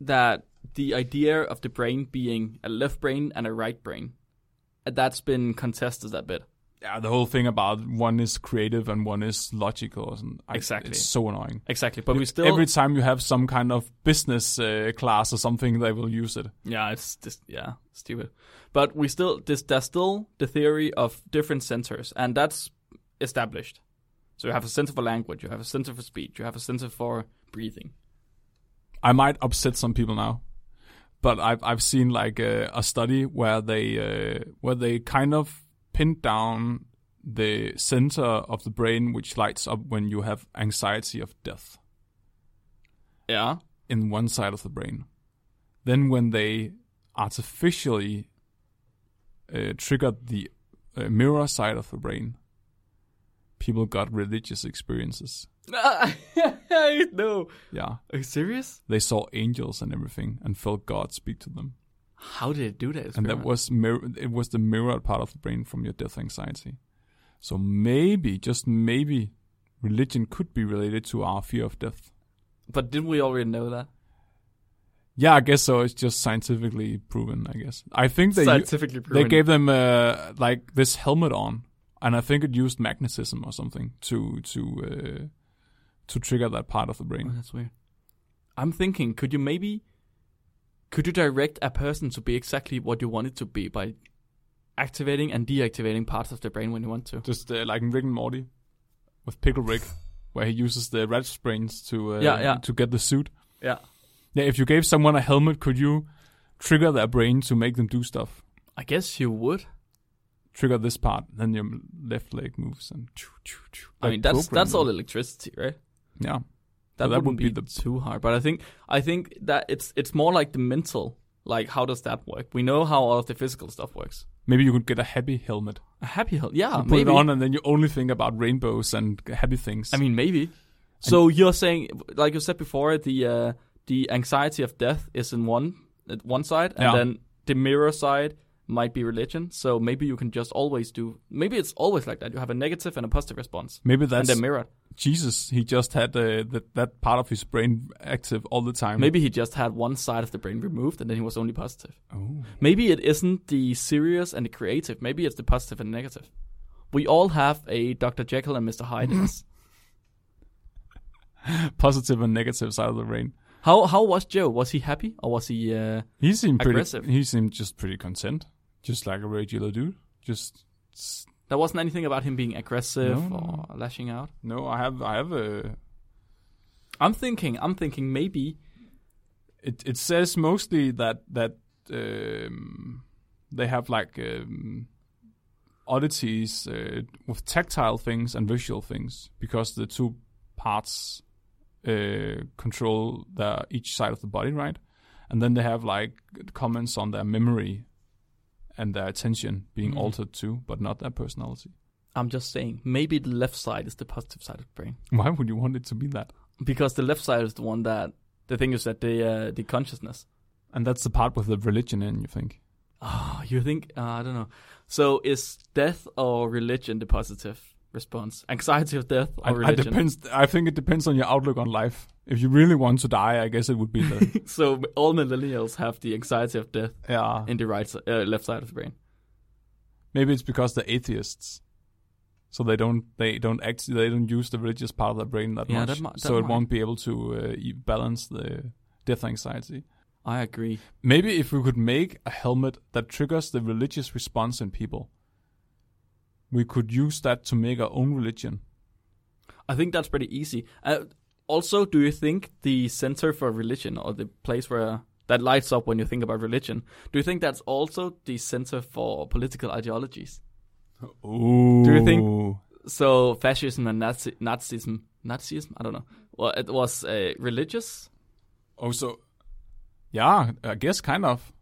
C: that the idea of the brain being a left brain and a right brain, uh, that's been contested a bit.
B: Yeah, the whole thing about one is creative and one is logical. And I-
C: Exactly.
B: it's so annoying.
C: Exactly, but we still
B: every time you have some kind of business uh, class or something, they will use it.
C: yeah, it's just yeah, stupid. But we still this there's still the theory of different centers, and that's established. So you have a center for language, you have a center for speech, you have a center for breathing.
B: I might upset some people now, but I've I've seen like a, a study where they uh, where they kind of pinned down the center of the brain which lights up when you have anxiety of death
C: Yeah. (laughs)
B: in one side of the brain. Then when they artificially uh, triggered the uh, mirror side of the brain, people got religious experiences.
C: no.
B: Yeah.
C: Are you serious?
B: they saw angels and everything and felt God speak to them.
C: How did it do that?
B: And that was mir- it was the mirrored part of the brain from your death anxiety. So maybe, just maybe, religion could be related to our fear of death.
C: but didn't we already know that?
B: Yeah, I guess so. It's just scientifically proven. I guess I think they
C: Scientifically
B: they
C: proven.
B: gave them uh, like this helmet on. and I think it used magnetism or something to to uh, to trigger that part of the brain.
C: Oh, That's weird. I'm thinking, could you maybe, could you direct a person to be exactly what you want it to be by activating and deactivating parts of the brain when you want to?
B: Just uh, like in Rick and Morty with Pickle Rick, where he uses the rat's brains to uh,
C: Yeah, yeah.
B: to get the suit.
C: Yeah,
B: Yeah, if you gave someone a helmet, could you trigger their brain to make them do stuff?
C: I guess you would.
B: Trigger this part, then your left leg moves and.
C: I mean, that's that's all electricity, right?
B: Yeah.
C: That,
B: So that
C: wouldn't
B: would be
C: be,
B: the-
C: too hard. But I think I think that it's it's more like the mental. Like, how does that work? We know how all of the physical stuff works.
B: Maybe you could get a happy helmet.
C: A happy health, yeah,
B: Put
C: maybe.
B: it on, and then you only think about rainbows and happy things.
C: I mean, maybe. So you're saying, like you said before, the uh, the anxiety of death is in one at one side, and
B: Yeah.
C: then the mirror side might be religion. So maybe you can just always do. Maybe it's always like that. You have a negative and a positive response,
B: maybe that's
C: and they're mirrored.
B: Jesus. He just had uh, that that part of his brain active all the time.
C: Maybe he just had one side of the brain removed, and then he was only positive.
B: Oh.
C: Maybe it isn't the serious and the creative. Maybe it's the positive and negative. We all have a Dr. Jekyll and Mr. Hyde.
B: (clears throat)
C: in us.
B: Positive and negative side of the brain.
C: how how was Joe? Was he happy or was he? Uh,
B: He seemed pretty.
C: Aggressive.
B: He seemed just pretty content, just like a regular dude. Just s-
C: There wasn't anything about him being aggressive
B: No, no,
C: or lashing out.
B: no. I have. I have a.
C: I'm thinking, I'm thinking maybe.
B: It it says mostly that that um, they have like um, oddities uh, with tactile things and visual things because the two parts uh, control the each side of the body, right? And then they have like comments on their memory and their attention being
C: Mhm.
B: altered too, but not their personality.
C: I'm just saying, maybe the left side is the positive side of the brain
B: Why would you want it to be that?
C: because the left side is the one that the thing is that the uh, the consciousness.
B: And that's the part with the religion in, you think?
C: Oh, you think? Uh, I don't know. So is death or religion the positive response? Anxiety of death or
B: I, I
C: religion?
B: depends. I think it depends on your outlook on life. If you really want to die, I guess it would be the
C: (laughs)
B: (laughs)
C: so all millennials have the anxiety of death
B: yeah.
C: in the right si- uh, left side of the brain.
B: Maybe it's because they're atheists, so they don't they don't act they don't use the religious part of their brain that
C: Yeah,
B: much.
C: that mi-
B: so
C: that
B: it
C: might.
B: won't be able to uh, e- balance the death anxiety.
C: I agree.
B: Maybe if we could make a helmet that triggers the religious response in people, we could use that to make our own religion.
C: I think that's pretty easy. Uh, also, do you think the Center for Religion, or the place where that lights up when you think about religion, do you think that's also the Center for Political Ideologies?
B: Ooh.
C: Do you think- So, fascism and Nazi- Nazism, Nazism, I don't know. Well, it was uh, religious.
B: Oh, so yeah, I guess kind of.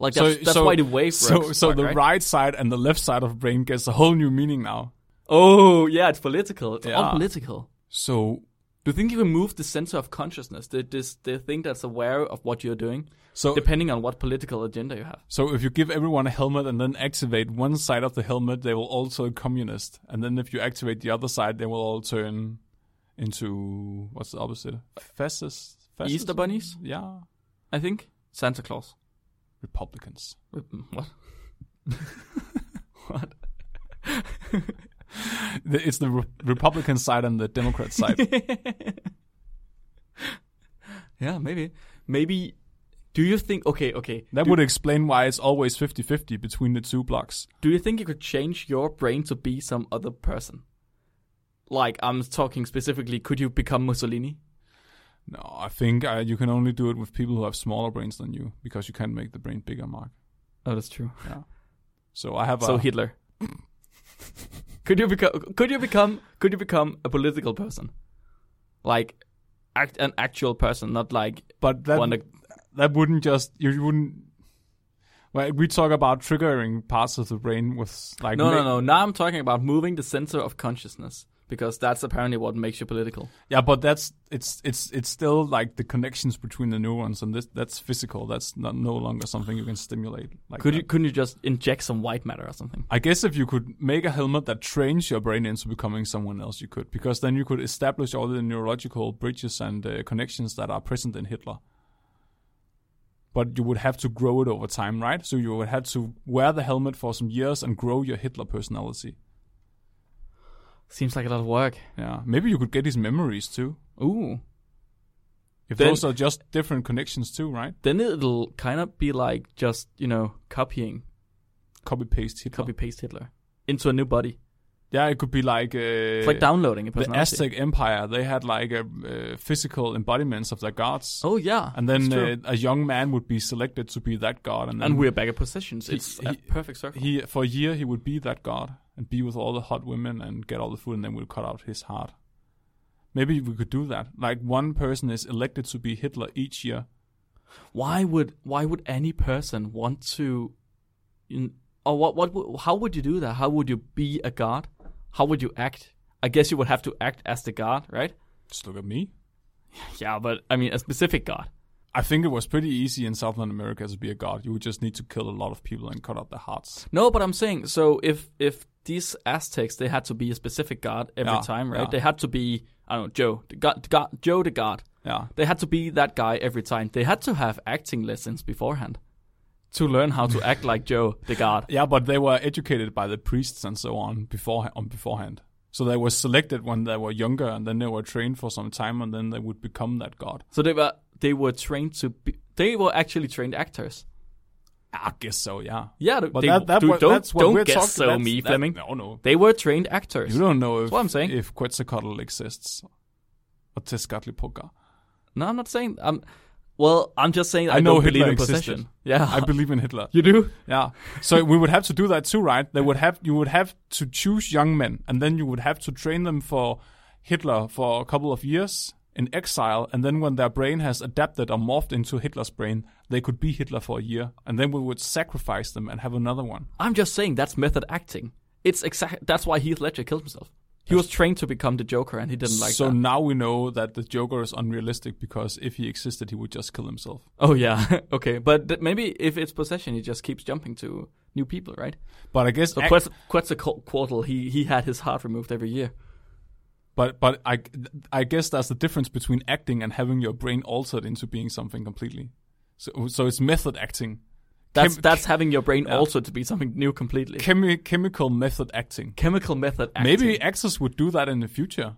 C: Like
B: So-
C: that's, that's
B: so-
C: why the wave.
B: So,
C: works,
B: so the
C: right?
B: right side and the left side of brain gets a whole new meaning now.
C: Oh yeah, it's political. It's all
B: Yeah.
C: political.
B: So,
C: Do you think you can move the center of consciousness, the this the thing that's aware of what you're doing,
B: so,
C: depending on what political agenda you have?
B: so if you give everyone a helmet and then activate one side of the helmet, they will all turn communist. And then if you activate the other side, they will all turn into what's the opposite? Fascist. fascist?
C: Easter bunnies,
B: Yeah.
C: I think. Santa Claus.
B: Republicans.
C: What?
B: The- It's the re- Republican side and the Democrat
C: (laughs)
B: side.
C: yeah, maybe. Maybe. Do you think? Okay, okay.
B: That
C: do,
B: would explain why it's always 50-50 between the two blocks.
C: Do you think you could change your brain to be some other person? Like I'm talking specifically, could you become Mussolini?
B: No, I think uh, you can only do it with people who have smaller brains than you because you can't make the brain bigger, Mark.
C: Oh, that's true.
B: So I have
C: So
B: a
C: Hitler. (laughs) could you become? Could you become? Could you become a political person? Like, act an actual person, not like
B: but that
C: one. that-
B: that wouldn't just you wouldn't. Well, we talk about triggering parts of the brain with like
C: No, no,
B: ma-
C: no. Now I'm talking about moving the center of consciousness because that's apparently what makes you political.
B: yeah, but that's it's it's it's still like the connections between the neurons and this that's physical. That's not no longer something you can stimulate. Like
C: Could
B: that.
C: you couldn't you just inject some white matter or something?
B: I guess if you could make a helmet that trains your brain into becoming someone else, you could, because then you could establish all the neurological bridges and uh, connections that are present in Hitler. But you would have to grow it over time, right? So you would have to wear the helmet for some years and grow your Hitler personality.
C: Seems like a lot of work.
B: Yeah. Maybe you could get his memories too.
C: Ooh.
B: If
C: Then-
B: those are just different connections too, right?
C: Then it'll kind of be like just, you know, copying,
B: Copy paste Hitler.
C: copy paste Hitler into a new body.
B: Yeah, it could be like uh,
C: It's like downloading a
B: the
C: personality.
B: Aztec Empire. They had like a, uh, physical embodiments of their gods.
C: oh, yeah.
B: And
C: it's
B: then
C: true.
B: uh, a young man would be selected to be that god, and then
C: and we're back at positions. It's a
B: he-
C: perfect circle.
B: he for a year he would be that god and be with all the hot women and get all the food, and then we'll cut out his heart. Maybe we could do that. Like one person is elected to be Hitler each year.
C: why would why would any person want to in, or what what would- how would you do that how would you be a god how would you act i guess you would have to act as the god right
B: Just look at me.
C: yeah but i mean a specific god
B: I think it was pretty easy in South America to be a god. You would just need to kill a lot of people and cut out their hearts.
C: no but i'm saying so if if these aztecs they had to be a specific god every
B: Yeah,
C: time right
B: yeah.
C: they had to be i don't know joe the god, the god joe the god
B: Yeah.
C: they had to be that guy every time they had to have acting lessons beforehand to learn how to act like joe the god
B: (laughs) Yeah, but they were educated by the priests and so on before on beforehand. So they were selected when they were younger, and then they were trained for some time, and then they would become that god.
C: So they were they were trained to be they were actually trained actors.
B: I guess so, yeah.
C: Yeah,
B: But
C: they,
B: that, that
C: dude,
B: what-
C: don't
B: that's what
C: don't
B: we're
C: guess
B: talking.
C: so,
B: that's-
C: me
B: that-
C: Fleming.
B: No, no,
C: They were trained actors.
B: you don't know if
C: what I'm saying.
B: if Quetzalcoatl exists or Tezcatlipoca.
C: No, I'm not saying. Um, well, I'm just saying I,
B: know
C: don't believe
B: Hitler
C: in
B: existed.
C: possession. Yeah,
B: I believe in Hitler.
C: you do.
B: Yeah. So we would have to do that too, right? They would have you would have to choose young men and then you would have to train them for Hitler for a couple of years in exile and then when their brain has adapted or morphed into Hitler's brain, they could be Hitler for a year and then we would sacrifice them and have another one.
C: I'm just saying that's method acting. It's exact. That's why Heath Ledger killed himself. He was trained to become the Joker, and he didn't like
B: so
C: that.
B: now we know that the Joker is unrealistic because if he existed he would just kill himself.
C: Oh yeah, (laughs) okay. But th- maybe if it's possession, he just keeps jumping to new people, right?
B: But I guess
C: So
B: ac-
C: Quetz- Quetzalcoatl, he he had his heart removed every year.
B: but but I I guess that's the difference between acting and having your brain altered into being something completely. So so it's method acting.
C: That's
B: Chem-
C: that's having your brain also to be something new completely.
B: chemi- chemical method acting.
C: chemical method acting.
B: Maybe actors would do that in the future.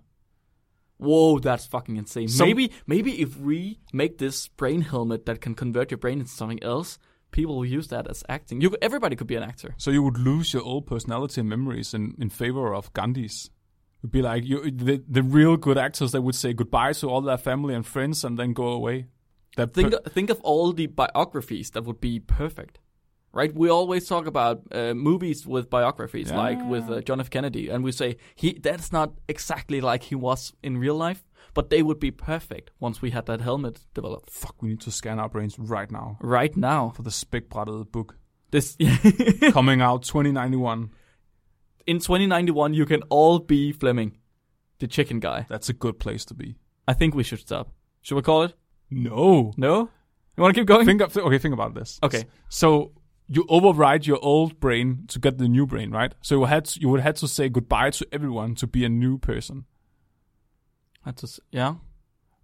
C: Whoa, that's fucking insane.
B: Some-
C: maybe maybe if we make this brain helmet that can convert your brain into something else, people will use that as acting. You everybody could be an actor.
B: So you would lose your old personality and memories in, in favor of Gandhi's. It'd be like you, the the real good actors. They would say goodbye to all their family and friends and then go away. Their per-
C: Think think of all the biographies that would be perfect. Right? We always talk about uh, movies with biographies like with uh, John F Kennedy and we say he that's not exactly like he was in real life, but they would be perfect once we had that helmet developed.
B: fuck, we need to scan our brains right now
C: Right now.
B: for the spækbrættet book
C: This (laughs)
B: coming out 2091.
C: in 2091 you can all be Fleming, the chicken guy.
B: That's a good place to be.
C: I think we should stop. Should we call it?
B: No.
C: No? You want to keep going?
B: Think of okay. Think about this.
C: Okay.
B: So you override your old brain to get the new brain, right? So you had to, you would have to say goodbye to everyone to be a new person.
C: That's just, yeah.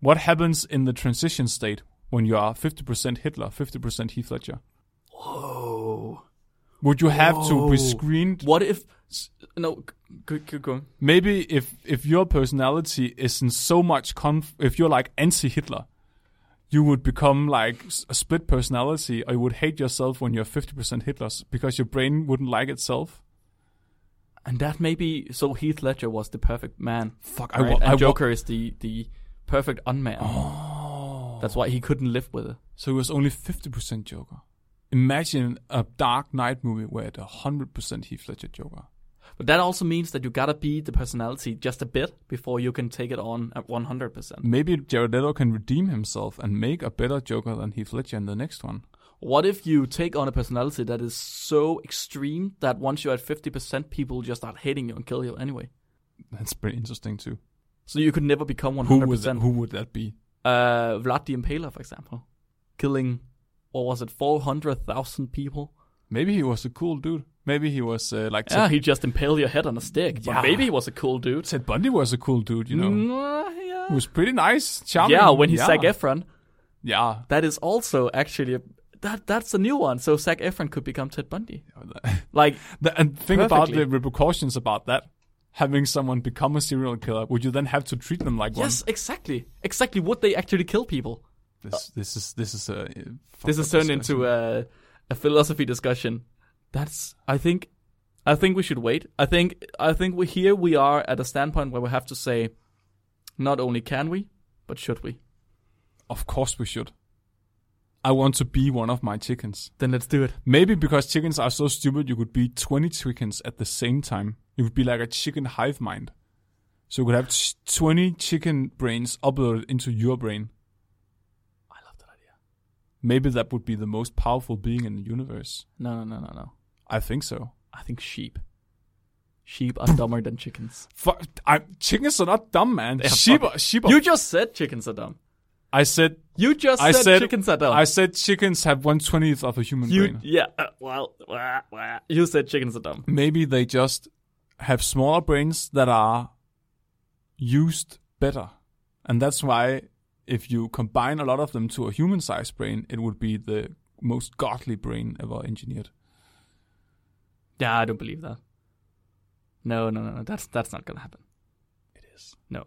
B: What happens in the transition state when you are 50% Hitler, 50% Heath Ledger?
C: Whoa.
B: Would you have to
C: Whoa.
B: be screened?
C: What if. s- No, keep, keep going.
B: Maybe if if your personality isn't so much conf- if you're like anti-Hitler, you would become like s- a split personality, or you would hate yourself when you're 50% Hitler's because your brain wouldn't like itself.
C: And that maybe. So Heath Ledger was the perfect man.
B: Fuck, I,
C: Right?
B: wa-
C: and
B: I wa-
C: Joker is the, the perfect unman.
B: Oh.
C: That's why he couldn't live with it.
B: So it was only 50% Joker. Imagine a Dark Knight movie where it's 100% Heath Ledger Joker.
C: But that also means that you gotta be the personality just a bit before you can take it on at 100%.
B: Maybe Jared Leto can redeem himself and make a better Joker than Heath Ledger in the next one.
C: What if you take on a personality that is so extreme that once you're at 50%, people just start hating you and kill you anyway?
B: That's pretty interesting too.
C: So you could never become 100%.
B: Who would, who would that be?
C: uh, Vlad the Impaler, for example, killing what was it, four hundred thousand people?
B: Maybe he was a cool dude. Maybe he was uh, like
C: yeah,
B: Ted,
C: he just impaled your head on a stick. But
B: Yeah.
C: maybe he was a cool dude.
B: Ted Bundy was a cool dude, you know.
C: Mm, yeah.
B: He was pretty nice, charming.
C: yeah, when he's Zac Efron,
B: Yeah.
C: that is also actually a, that that's a new one. So Zac Efron could become Ted Bundy. (laughs) Like
B: The- and think about the
C: Perfectly.
B: repercussions about that. having someone become a serial killer, would you then have to treat them like
C: Yes, exactly. Exactly. Would they actually kill people?
B: one? This, this is this is a uh,
C: This has turned into a, a philosophy discussion. That's. I think. I think we should wait. I think. I think we here we are at a standpoint where we have to say, not only can we, but should we?
B: Of course we should. I want to be one of my chickens.
C: Then let's do it.
B: Maybe because chickens are so stupid, you could be 20 chickens at the same time. It would be like a chicken hive mind. So you could have ch- 20 chicken brains uploaded into your brain.
C: I love that idea.
B: Maybe that would be the most powerful being in the universe.
C: No, no, no, no, no.
B: I think so.
C: I think sheep. Sheep are dumber than chickens.
B: Fuck, I, chickens are not dumb, man.
C: are
B: Sheep, are- sheep. are-
C: You just said chickens are dumb.
B: I said,
C: You just
B: I
C: said,
B: said-
C: chickens are dumb.
B: I said chickens have one twentieth of a human
C: you
B: brain.
C: yeah. uh, well, wah, wah. you said chickens are dumb.
B: Maybe they just have smaller brains that are used better, and that's why if you combine a lot of them to a human-sized brain, it would be the most godly brain ever engineered.
C: Yeah, I don't believe that. No, no, no, no. That's that's not gonna happen. It is. No.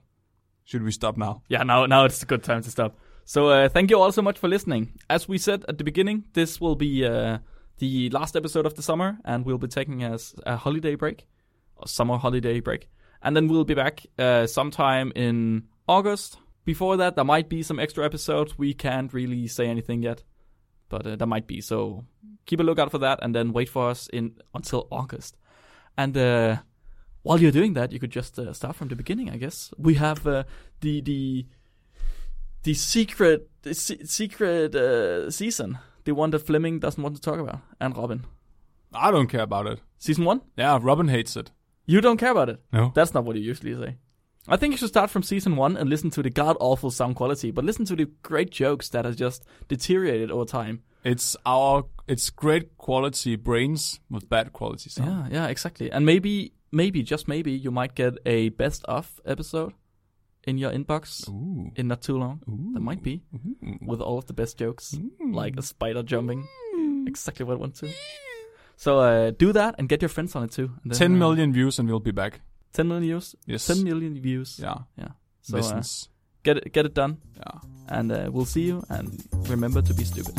B: Should we stop now?
C: Yeah, now now it's a good time to stop. So uh, thank you all so much for listening. As we said at the beginning, this will be uh, the last episode of the summer, and we'll be taking a, s- a holiday break, a summer holiday break, and then we'll be back uh, sometime in August. Before that, there might be some extra episodes. We can't really say anything yet, but uh, there might be. So keep a lookout for that, and then wait for us in until August. And uh, while you're doing that, you could just uh, start from the beginning, I guess. We have uh, the the the secret the se- secret uh, season, the one that Fleming doesn't want to talk about, and Robin.
B: I don't care about it.
C: Season one,
B: Yeah, Robin hates it.
C: you don't care about it.
B: No.
C: That's not what you usually say. I think you should start from season one and listen to the god awful sound quality, but listen to the great jokes that has just deteriorated over time.
B: It's our it's great quality brains with bad quality sound.
C: Yeah, yeah, exactly. And maybe, maybe, just maybe, you might get a best of episode in your inbox
B: Ooh.
C: in not too long. There might be with all of the best jokes, like a spider jumping.
B: Mm.
C: Exactly what I want to. So uh, do that and get your friends on it too. And
B: 10
C: then, uh,
B: million views and we'll be back.
C: 10 million views.
B: Yes.
C: 10 million views.
B: Yeah.
C: So uh,
B: Listens.
C: get it, get it done,
B: Yeah.
C: and uh, we'll see you. And remember to be stupid.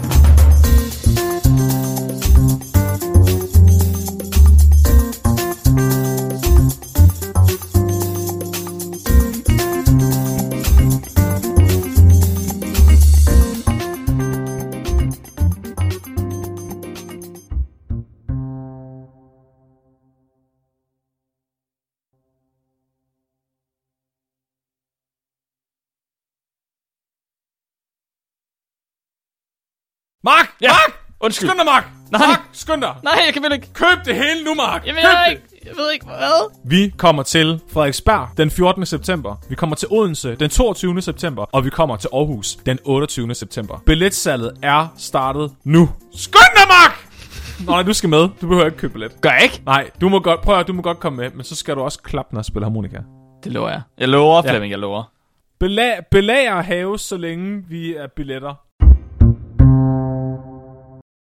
B: Mark!
A: Ja.
B: Mark!
A: Undskyld.
B: Skynd dig, Mark!
A: Nej.
B: Mark, skynd dig!
A: (laughs) Nej, jeg kan vel ikke.
B: Køb det hele nu, Mark!
A: Jeg ved,
B: Køb
A: ikke. jeg ved ikke, hvad?
B: det! Vi kommer til Frederiksberg den 14. september. Vi kommer til Odense den 22. september. Og vi kommer til Aarhus den 28. september. Billetsalget er startet nu. Skynd dig, Mark! Nå, nej, du skal med. Du behøver ikke købe billet.
A: Gør jeg ikke?
B: Nej, du må godt, prøv at, høre, du må godt komme med, men så skal du også klappe, når jeg spiller harmonika.
A: Det lover jeg. Jeg lover, Flemming, jeg lover.
B: Bela- belager haves, så længe vi er billetter